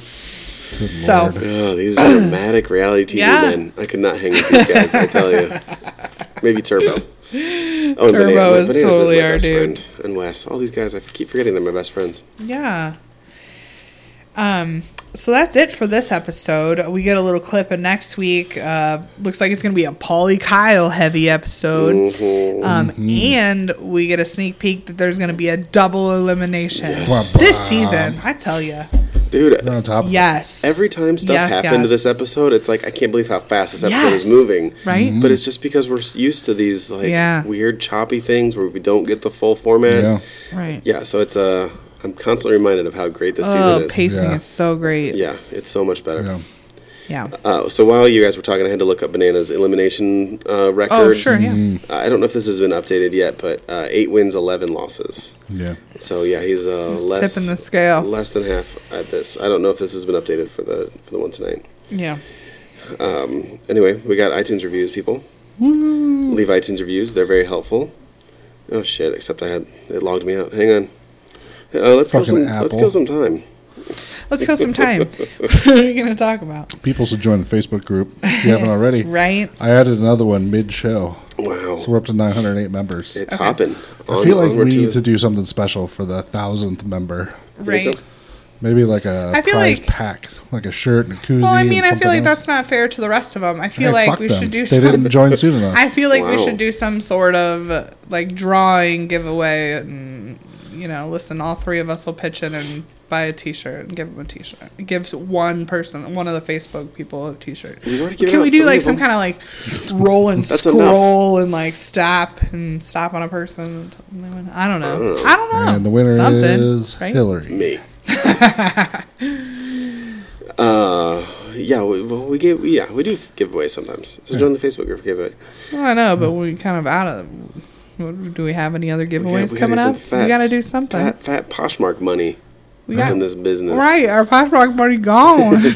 Speaker 2: so
Speaker 3: Oh, these are dramatic reality TV
Speaker 2: Yeah.
Speaker 3: men. I could not hang with these guys. I tell you, maybe Turbo. Oh, and
Speaker 2: Turbo
Speaker 3: Banana-
Speaker 2: is
Speaker 3: Bananas
Speaker 2: totally
Speaker 3: my
Speaker 2: our
Speaker 3: best
Speaker 2: dude.
Speaker 3: friend. And Wes, all these guys, I keep forgetting they're my best friends.
Speaker 2: yeah. Um, So that's it for this episode. We get a little clip, and next week uh, looks like it's going to be a Polly Kyle heavy episode.
Speaker 4: Mm-hmm.
Speaker 3: Mm-hmm.
Speaker 2: Um, And we get a sneak peek that there's going to be a double elimination this season. I tell you,
Speaker 3: Dude,
Speaker 4: We're on top of it.
Speaker 2: yes.
Speaker 3: every time stuff
Speaker 2: Yes,
Speaker 3: happened
Speaker 2: yes.
Speaker 3: to this episode, it's like I can't believe how fast this episode
Speaker 2: Yes.
Speaker 3: is moving.
Speaker 2: Right?
Speaker 4: Mm-hmm.
Speaker 2: Mhm.
Speaker 3: But it's just because we're s- used to these like
Speaker 2: Yeah.
Speaker 3: weird choppy things where we don't get the full format.
Speaker 4: Yeah.
Speaker 3: Yeah.
Speaker 2: right.
Speaker 3: so it's Uh, I'm constantly reminded of how great this
Speaker 2: Oh,
Speaker 3: season is.
Speaker 2: pacing
Speaker 4: Yeah.
Speaker 2: is so great. Yeah.
Speaker 3: Yeah, it's so much better.
Speaker 4: Yeah.
Speaker 3: Uh, so while you guys were talking, I had to look up Banana's elimination uh,
Speaker 2: Oh,
Speaker 3: records.
Speaker 2: sure. Yeah.
Speaker 4: Mm-hmm.
Speaker 3: Uh, I don't know if this has been updated yet, but uh, eight wins, eleven losses.
Speaker 4: Yeah.
Speaker 3: So yeah, he's, uh,
Speaker 2: He's
Speaker 3: less
Speaker 2: tipping the scale.
Speaker 3: less than half at this. I don't know if this has been updated for the for the one tonight.
Speaker 2: Yeah.
Speaker 3: Anyway, we got iTunes reviews, people. Leave iTunes reviews; they're very helpful. Oh shit! Except I had it logged me out. Hang on. Uh, let's kill some.
Speaker 4: Fucking
Speaker 3: Let's
Speaker 4: Apple.
Speaker 3: kill some time.
Speaker 2: Let's kill some time. what are we going to talk about?
Speaker 4: People should join the Facebook group if you haven't already.
Speaker 2: Right?
Speaker 4: I added another one mid show.
Speaker 3: Wow,
Speaker 4: So we're up to 908 members.
Speaker 3: it's hopping.
Speaker 4: I
Speaker 3: On-
Speaker 4: feel like we
Speaker 3: onward
Speaker 4: need to
Speaker 3: the-
Speaker 4: do something special for the thousandth member.
Speaker 3: Think so?
Speaker 2: Right.
Speaker 4: Maybe like a
Speaker 2: I feel
Speaker 4: prize
Speaker 2: like-
Speaker 4: pack, like a shirt and a koozie.
Speaker 2: Well, I mean,
Speaker 4: and
Speaker 2: I feel like
Speaker 4: something else.
Speaker 2: that's not fair to the rest of them. I feel
Speaker 4: Hey,
Speaker 2: like
Speaker 4: fuck
Speaker 2: we
Speaker 4: them.
Speaker 2: should do
Speaker 4: They
Speaker 2: something.
Speaker 4: didn't join soon enough.
Speaker 2: I feel like we
Speaker 3: Wow.
Speaker 2: should do some sort of uh, like drawing giveaway, and you know, listen, all three of us will pitch in and buy a T-shirt and give them a T-shirt. Give one person, one of the Facebook people, a T-shirt.
Speaker 3: You've already given
Speaker 2: Can we
Speaker 3: out
Speaker 2: do
Speaker 3: three
Speaker 2: like
Speaker 3: of
Speaker 2: some
Speaker 3: them.
Speaker 2: kind of like roll and
Speaker 3: That's
Speaker 2: scroll and like stop and stop on a person? I don't know. I don't know.
Speaker 4: and the winner
Speaker 2: Something,
Speaker 4: is
Speaker 2: right?
Speaker 4: Hillary.
Speaker 3: me. uh, yeah, we, well, we give yeah we do f- giveaways sometimes.
Speaker 2: Hmm.
Speaker 3: So join the Facebook group for giveaway.
Speaker 2: Well, I know, but we're kind of out of. What, do we have any other
Speaker 3: We gotta-
Speaker 2: giveaways
Speaker 3: we gotta
Speaker 2: coming
Speaker 3: do some
Speaker 2: up? we got to do something.
Speaker 3: Fat, fat Poshmark money
Speaker 2: we got
Speaker 3: in this business.
Speaker 2: right. Our Poshmark money gone. we
Speaker 3: It's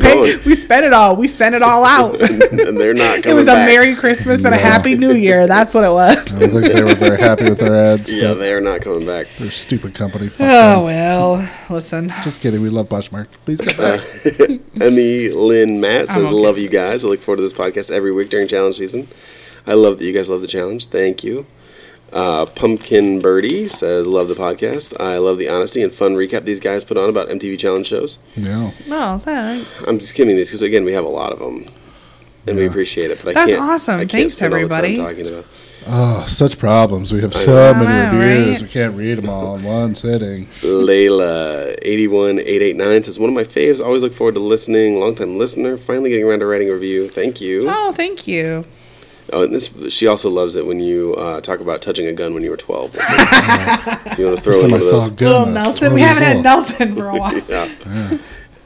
Speaker 2: paid,
Speaker 3: gone.
Speaker 2: we spent it all. We sent it all out.
Speaker 3: and they're not. Coming
Speaker 2: it was a
Speaker 3: back.
Speaker 2: Merry Christmas and a
Speaker 4: No.
Speaker 2: Happy New Year. That's what it was.
Speaker 4: I don't think they were very happy with their ads.
Speaker 3: Yeah,
Speaker 4: but
Speaker 3: they're not coming back.
Speaker 4: their stupid company. Fuck them.
Speaker 2: Oh well. Listen.
Speaker 4: Just kidding. We love Poshmark. Please come back.
Speaker 3: Emmy Lynn Matt says,
Speaker 2: okay.
Speaker 3: "Love you guys. I look forward to this podcast every week during challenge season. I love that you guys love the challenge. Thank you." Uh, Pumpkin Birdie says, "Love the podcast. I love the honesty and fun recap these guys put on about MTV challenge shows.
Speaker 4: yeah.
Speaker 2: No, thanks.
Speaker 3: I'm just skimming these because again, we have a lot of them, and we
Speaker 4: Yeah.
Speaker 3: appreciate it. But I
Speaker 2: That's
Speaker 3: can't,
Speaker 2: awesome.
Speaker 3: I can't
Speaker 2: Thanks,
Speaker 3: spend all the time
Speaker 2: everybody.
Speaker 3: talking about.
Speaker 4: Oh, such problems. We have
Speaker 3: Oh,
Speaker 4: so
Speaker 2: know. I
Speaker 4: many
Speaker 2: know,
Speaker 4: reviews.
Speaker 2: right?
Speaker 4: We can't read them all in one sitting.
Speaker 3: Layla eighty one eight eight nine says one of my faves. Always look forward to listening. Long time listener. Finally getting around to writing a review. Thank you.
Speaker 2: Oh, thank you.
Speaker 3: Oh, and this she also loves it when you uh, talk about touching a gun when you were twelve. If you want to throw in
Speaker 4: Time
Speaker 3: one of
Speaker 4: I saw
Speaker 3: those?
Speaker 4: a gun.
Speaker 2: Little
Speaker 4: I was
Speaker 2: Nelson.
Speaker 4: 12
Speaker 2: We haven't
Speaker 4: years
Speaker 2: had
Speaker 4: old.
Speaker 2: Nelson for a while.
Speaker 3: Yeah.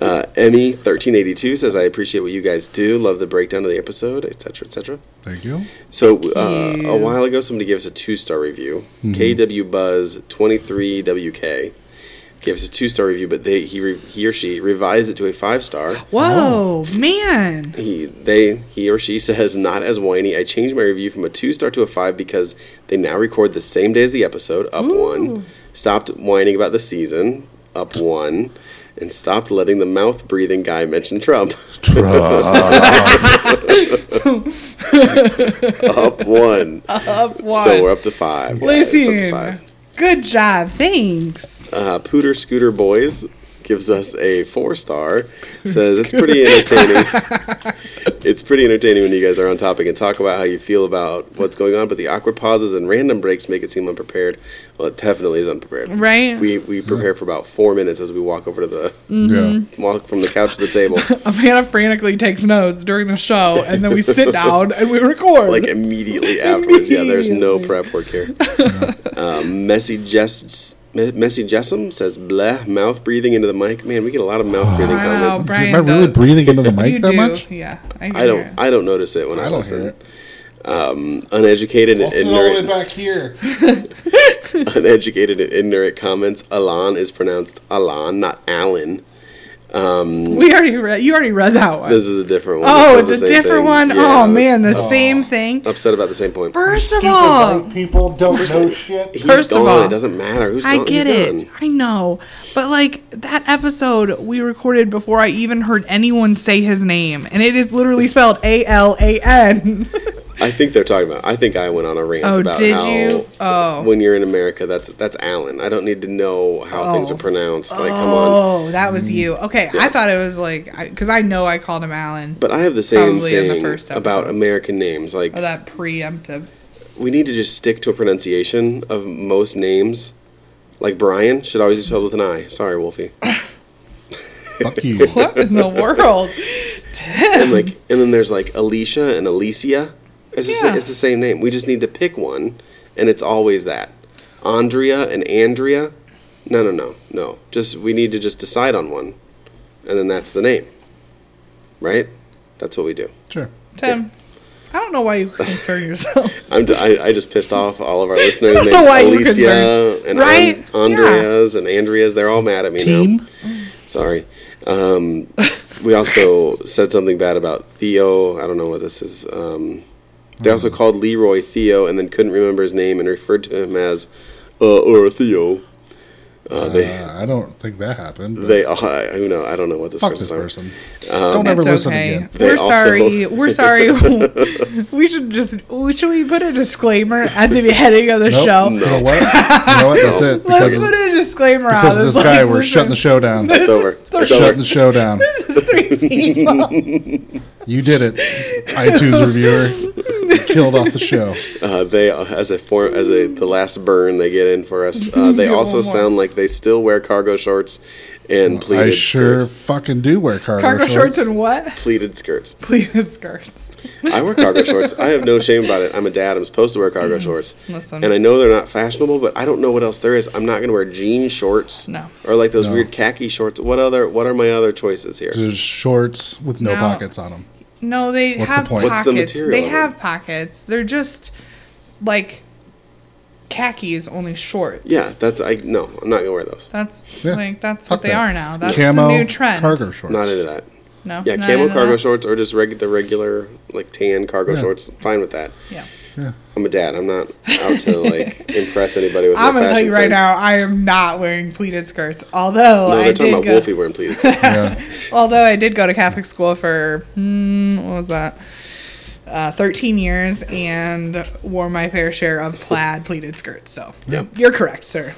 Speaker 3: Uh, Emmy thirteen eighty two says I appreciate what you guys do. Love the breakdown of the episode, etc., etc.
Speaker 4: Thank you.
Speaker 3: So uh,
Speaker 2: you.
Speaker 3: a while ago, somebody gave us a two star review. KW Buzz twenty three WK gave us a two star review, but they he re, he or she revised it to a five star.
Speaker 4: Oh.
Speaker 2: Whoa, man.
Speaker 3: He they he or she says not as whiny. I changed my review from a two star to a five because they now record the same day as the episode. Up one, stopped whining about the season. Up one, and stopped letting the mouth breathing guy mention Trump. up one.
Speaker 2: Up one.
Speaker 3: So we're up to five. guys, up to
Speaker 2: Listen. Good job. Thanks.
Speaker 3: Uh, Pooter Scooter Boys gives us a four star. Says it's pretty entertaining. it's pretty entertaining when you guys are on topic and talk about how you feel about what's going on, but the awkward pauses and random breaks make it seem unprepared. Well, it definitely is unprepared.
Speaker 2: Right.
Speaker 3: We we prepare for about four minutes as we walk over to the
Speaker 2: Mm-hmm.
Speaker 4: Yeah.
Speaker 3: walk from the couch to the table.
Speaker 2: Amanda frantically takes notes during the show, and then we sit down and we record.
Speaker 3: like immediately afterwards. Yeah, there's no prep work here. um, messy Jess. Me- Messy Jessam says, bleh, mouth breathing into the mic. Man, we get a lot of mouth breathing
Speaker 2: Wow,
Speaker 3: comments.
Speaker 2: Brian
Speaker 4: Am I really
Speaker 2: does.
Speaker 4: breathing into the mic
Speaker 2: you
Speaker 4: that
Speaker 2: do,
Speaker 4: much?
Speaker 2: yeah. I, can
Speaker 3: I
Speaker 2: hear
Speaker 3: don't.
Speaker 2: it.
Speaker 3: I don't notice it when I,
Speaker 4: I don't hear
Speaker 3: listen. Um,
Speaker 4: it.
Speaker 3: Uneducated and
Speaker 4: I'll sit all the way
Speaker 3: ignorant.
Speaker 4: back here.
Speaker 3: Uneducated and ignorant comments. Alan is pronounced Alan, not Alan.
Speaker 2: We already read. You already read that one.
Speaker 3: This is a different one.
Speaker 2: oh, it's
Speaker 3: This says
Speaker 2: a
Speaker 3: the same
Speaker 2: different
Speaker 3: thing.
Speaker 2: one.
Speaker 3: Yeah,
Speaker 2: oh man, the
Speaker 3: it's
Speaker 2: same thing.
Speaker 3: upset about the same point.
Speaker 2: First of all,
Speaker 4: people don't know shit.
Speaker 3: He's
Speaker 2: first of
Speaker 3: gone.
Speaker 2: all,
Speaker 3: it doesn't matter who's
Speaker 2: I
Speaker 3: gone.
Speaker 2: get
Speaker 3: He's
Speaker 2: it.
Speaker 3: gone.
Speaker 2: I know, but like that episode we recorded before I even heard anyone say his name, and it is literally spelled A L A N.
Speaker 3: I think they're talking about. I think I went on a rant
Speaker 2: Oh,
Speaker 3: about
Speaker 2: did
Speaker 3: how
Speaker 2: you? Oh.
Speaker 3: when you're in America, that's that's Allen. I don't need to know how things
Speaker 2: Oh.
Speaker 3: are pronounced. Like, come on.
Speaker 2: Oh, that was you. Okay, I thought it was like because I know I called him Alan.
Speaker 3: But I have the same
Speaker 2: Probably in the
Speaker 3: thing
Speaker 2: first
Speaker 3: about
Speaker 2: episode.
Speaker 3: American names. Like,
Speaker 2: or that preemptive.
Speaker 3: we need to just stick to a pronunciation of most names. Like Brian should always be spelled with an I. Sorry, Wolfie.
Speaker 4: Fuck you.
Speaker 2: What in the world?
Speaker 3: and like and then there's like Alicia and Alicia. It's, the, sa-
Speaker 2: Yeah.
Speaker 3: it's the same name. We just need to pick one, and it's always that. Andrea and Andrea. No, no, no, no. Just we need to just decide on one, and then that's the name. Right? That's what we do.
Speaker 4: Sure.
Speaker 2: Tim, I don't know why you concern yourself.
Speaker 3: I'm d- I, I just pissed off all of our listeners
Speaker 2: don't
Speaker 3: named
Speaker 2: know why you were
Speaker 3: Alicia
Speaker 2: concerned.
Speaker 3: and
Speaker 2: Right?
Speaker 3: An- Andreas and Andreas. They're all mad at me now.
Speaker 4: Team.
Speaker 3: Sorry. Um, we also said something bad about Theo. I don't know what this is. Um, they also called Leroy Theo and then couldn't remember his name and referred to him as uh, or Theo. Uh, they
Speaker 4: Uh, I don't think that happened. but
Speaker 3: they uh, I, who know I don't know what this
Speaker 4: fuck
Speaker 3: person's
Speaker 4: this
Speaker 3: are. Um,
Speaker 4: person. don't ever
Speaker 2: It's
Speaker 4: listen
Speaker 2: okay.
Speaker 4: again.
Speaker 3: They
Speaker 2: We're
Speaker 3: also-
Speaker 2: sorry. We're sorry. we should just we- should we put a disclaimer at the beginning of the
Speaker 4: Nope.
Speaker 2: show?
Speaker 4: You know what? You know what? That's it.
Speaker 2: Let's
Speaker 4: Because,
Speaker 2: put a disclaimer out.
Speaker 4: because of
Speaker 2: It's
Speaker 4: this guy,
Speaker 2: like,
Speaker 4: we're
Speaker 2: listen,
Speaker 4: shutting the show down.
Speaker 2: This
Speaker 3: over.
Speaker 2: is three,
Speaker 3: It's over.
Speaker 4: Shutting the show down.
Speaker 2: This is three people.
Speaker 4: You did it, iTunes reviewer. You Killed off the show.
Speaker 3: Uh, they as a form as a the last burn they get in for us. Uh, they
Speaker 2: Get
Speaker 3: also
Speaker 2: one more.
Speaker 3: sound like they still wear cargo shorts and pleated
Speaker 4: I sure
Speaker 3: skirts.
Speaker 4: fucking do wear cargo,
Speaker 2: Cargo
Speaker 4: shorts.
Speaker 2: shorts and what?
Speaker 3: Pleated skirts.
Speaker 2: Pleated skirts.
Speaker 3: I wear cargo shorts. I have no shame about it. I'm a dad. I'm supposed to wear cargo shorts.
Speaker 2: Mm-hmm. Listen.
Speaker 3: And I know they're not fashionable, but I don't know what else there is. I'm not going to wear jean shorts.
Speaker 2: No.
Speaker 3: Or like those weird khaki shorts. What other? What are my other choices here?
Speaker 4: There's shorts with no
Speaker 2: Now-
Speaker 4: pockets on them.
Speaker 2: No, they
Speaker 4: What's the
Speaker 2: have
Speaker 4: point?
Speaker 2: pockets.
Speaker 4: What's
Speaker 3: the material
Speaker 2: they
Speaker 3: of it?
Speaker 2: have pockets. They're just like khakis, only shorts.
Speaker 3: Yeah, that's I. No, I'm not going to wear those.
Speaker 2: That's
Speaker 4: Yeah.
Speaker 2: like that's
Speaker 4: Fuck
Speaker 2: what they
Speaker 4: that.
Speaker 2: are now. That's
Speaker 4: Camo
Speaker 2: the new trend.
Speaker 4: Cargo shorts.
Speaker 3: Not into that.
Speaker 2: No.
Speaker 3: Yeah,
Speaker 2: not
Speaker 3: camo
Speaker 2: into
Speaker 3: cargo
Speaker 2: that?
Speaker 3: shorts or just reg- the regular like tan cargo
Speaker 4: Yeah.
Speaker 3: shorts. Fine with that.
Speaker 2: Yeah.
Speaker 3: I'm a dad. I'm not out to like impress anybody with.
Speaker 2: I'm
Speaker 3: my
Speaker 2: gonna tell
Speaker 3: fashion
Speaker 2: you right
Speaker 3: sense.
Speaker 2: now, I am not wearing pleated skirts. Although
Speaker 3: No,
Speaker 2: I
Speaker 3: they're talking
Speaker 2: did
Speaker 3: about
Speaker 2: go,
Speaker 3: Wolfie wearing pleated skirts.
Speaker 4: Yeah.
Speaker 2: although I did go to Catholic school for hmm, what was that? Uh, 13 years and wore my fair share of plaid pleated skirts. So
Speaker 3: Yeah.
Speaker 2: you're correct, sir.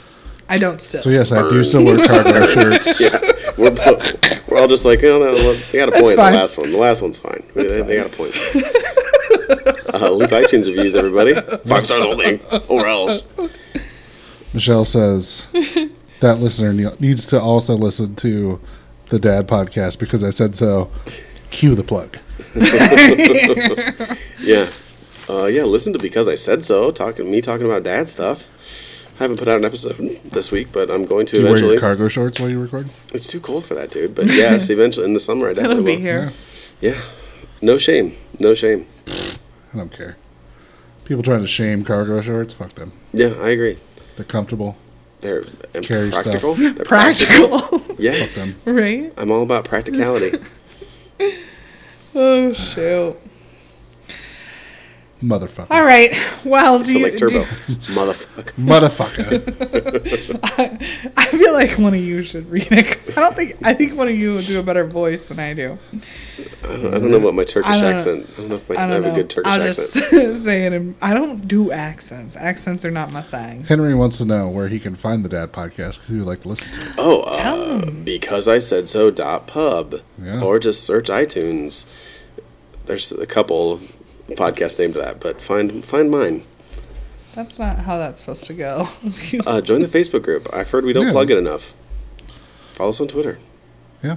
Speaker 2: I don't still.
Speaker 4: So yes, I do still wear cargo shorts.
Speaker 3: yeah, we're both, we're all just like, oh no, look, they got a point. The
Speaker 2: fine.
Speaker 3: last one, the last one's fine. They, they got a point. uh, leave iTunes reviews, everybody. Five stars only, or else.
Speaker 4: Michelle says that listener ne- needs to also listen to the Dad podcast because I said so. Cue the plug.
Speaker 3: Yeah, uh, yeah. Listen to because I said so. Talking me talking about dad stuff. I haven't put out an episode this week, but I'm going to
Speaker 4: Do you wear
Speaker 3: eventually.
Speaker 4: your cargo shorts while you record?
Speaker 3: It's too cold for that, dude. But yes, eventually in the summer, I
Speaker 2: It'll be
Speaker 3: definitely will.
Speaker 2: here.
Speaker 3: Yeah, no shame, no shame.
Speaker 4: I don't care. People trying to shame cargo shorts, fuck them.
Speaker 3: Yeah, I agree.
Speaker 4: They're comfortable.
Speaker 3: They're and
Speaker 4: Carry stuff.
Speaker 3: practical. They're
Speaker 2: Practical,
Speaker 3: Yeah,
Speaker 4: Them.
Speaker 2: right?
Speaker 3: I'm all about practicality.
Speaker 2: Oh shoot!
Speaker 4: Motherfucker.
Speaker 2: All right. Well, do
Speaker 3: So
Speaker 2: you,
Speaker 3: like
Speaker 2: do
Speaker 3: turbo,
Speaker 2: you-
Speaker 3: motherfucker.
Speaker 4: Motherfucker.
Speaker 2: I feel like one of you should read it 'cause I don't think I think one of you will do a better voice than I do.
Speaker 3: I don't, I don't know what my Turkish
Speaker 2: I don't-
Speaker 3: accent. I don't know if I,
Speaker 2: I
Speaker 3: can
Speaker 2: don't know.
Speaker 3: have a good Turkish
Speaker 2: I'll
Speaker 3: accent.
Speaker 2: just say it. In, I don't do accents. Accents are not my thing.
Speaker 4: Henry wants to know where he can find the Dad podcast because he would like to listen to it.
Speaker 3: Oh, uh, because I said so. Dot pub,
Speaker 4: Yeah.
Speaker 3: or just search iTunes. There's a couple podcasts named that, but find find mine.
Speaker 2: That's not how that's supposed to go.
Speaker 3: Uh, join the Facebook group. I've heard we don't
Speaker 4: Yeah.
Speaker 3: plug it enough. Follow us on Twitter.
Speaker 4: Yeah.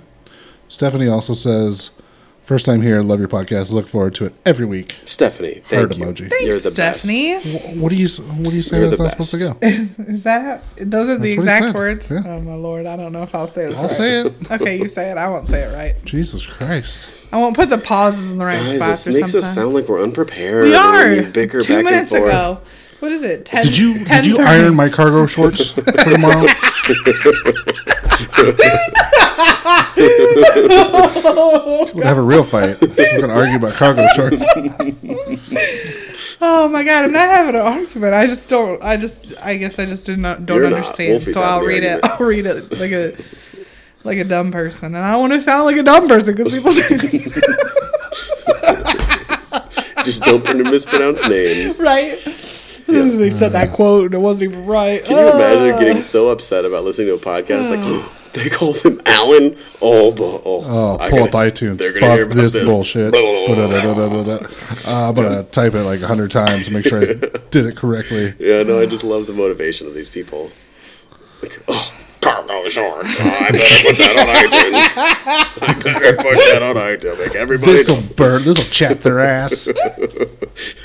Speaker 4: Stephanie also says, first time here, love your podcast. Look forward to it every week.
Speaker 3: Stephanie, thank
Speaker 4: Heart
Speaker 3: you.
Speaker 4: emoji.
Speaker 2: Thanks,
Speaker 3: You're the
Speaker 2: Stephanie.
Speaker 4: Wh- What do you s- What do you say
Speaker 3: You're
Speaker 4: that's
Speaker 3: the
Speaker 4: not supposed to go?
Speaker 2: Is that how, those are the
Speaker 4: That's what he
Speaker 2: exact
Speaker 4: said.
Speaker 2: words?
Speaker 4: Yeah.
Speaker 2: Oh my lord! I don't know if I'll say this.
Speaker 4: I'll
Speaker 2: right.
Speaker 4: say it.
Speaker 2: Okay, you say it. I won't say it right.
Speaker 4: Jesus Christ.
Speaker 2: I won't put the pauses in the right
Speaker 3: best.
Speaker 2: spots
Speaker 3: Guys,
Speaker 2: or
Speaker 3: this makes
Speaker 2: something.
Speaker 3: us sound like we're unprepared.
Speaker 2: we
Speaker 3: and
Speaker 2: are
Speaker 3: You bicker
Speaker 2: two
Speaker 3: back
Speaker 2: minutes
Speaker 3: and forth.
Speaker 2: ago. What is it? 10,
Speaker 4: Did you Did you
Speaker 2: 10:30?
Speaker 4: iron my cargo shorts for tomorrow? We'd have a real fight. We're gonna argue about cargo shorts.
Speaker 2: Oh my god, I'm not having an argument. I just don't. I just. I guess I just did not don't
Speaker 3: You're not.
Speaker 2: understand.
Speaker 3: Wolfie's
Speaker 2: so
Speaker 3: having
Speaker 2: I'll
Speaker 3: the
Speaker 2: read it.
Speaker 3: argument.
Speaker 2: I'll read it like a like a dumb person, and I don't want to sound like a dumb person because people. Say,
Speaker 3: Just don't pr- mispronounce names.
Speaker 2: right? they said that quote and it wasn't even right.
Speaker 3: Can you imagine getting so upset about listening to a podcast like they called him Alan? Oh, bu-
Speaker 4: Oh,
Speaker 3: oh, I
Speaker 4: pull up
Speaker 3: gotta-
Speaker 4: iTunes.
Speaker 3: they're gonna hear
Speaker 4: Fuck
Speaker 3: about
Speaker 4: this,
Speaker 3: this.
Speaker 4: bullshit. Ba-da-da-da-da-da-da. Uh, I'm gonna type it like a hundred times to make sure I did it correctly.
Speaker 3: Yeah, no, I just love the motivation of these people. Like, oh, cargo shorts. Oh, I better put that on iTunes. I better put that on iTunes. Like everybody.
Speaker 4: This'll burn. This'll chap their ass.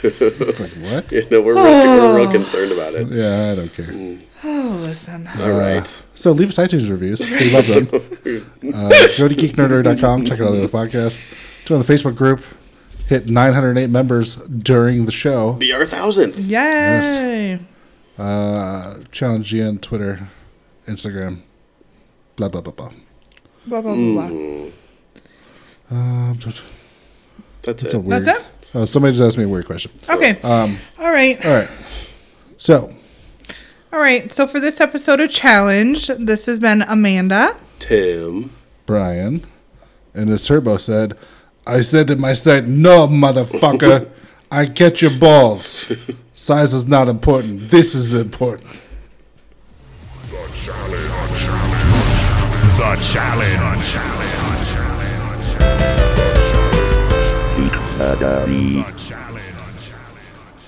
Speaker 4: it's like what?
Speaker 3: You know, we're real, we're real concerned about it.
Speaker 4: Yeah, I don't care. Uh,
Speaker 2: Oh, listen.
Speaker 3: All right.
Speaker 4: So leave us iTunes reviews. We love them. Uh, go to geeknerdery.com, check out our other podcasts. Join the Facebook group. Hit 908 members during the show.
Speaker 3: The R thousandth.
Speaker 2: Yay!
Speaker 4: Uh, challenge you on Twitter, Instagram, blah, blah, blah, blah.
Speaker 2: Blah, blah, blah, blah.
Speaker 3: Mm.
Speaker 4: Um,
Speaker 3: That's
Speaker 4: that's a
Speaker 3: it.
Speaker 4: weird-
Speaker 2: That's it?
Speaker 4: Oh, somebody just asked me a weird question.
Speaker 2: Okay. all right.
Speaker 4: All right. So,
Speaker 2: All right. So for this episode of Challenge, this has been Amanda.
Speaker 3: Tim.
Speaker 4: Brian and his turbo said, I said to my site, no, motherfucker, I catch your balls. Size is not important. This is important.
Speaker 5: The challenge. The challenge. The challenge.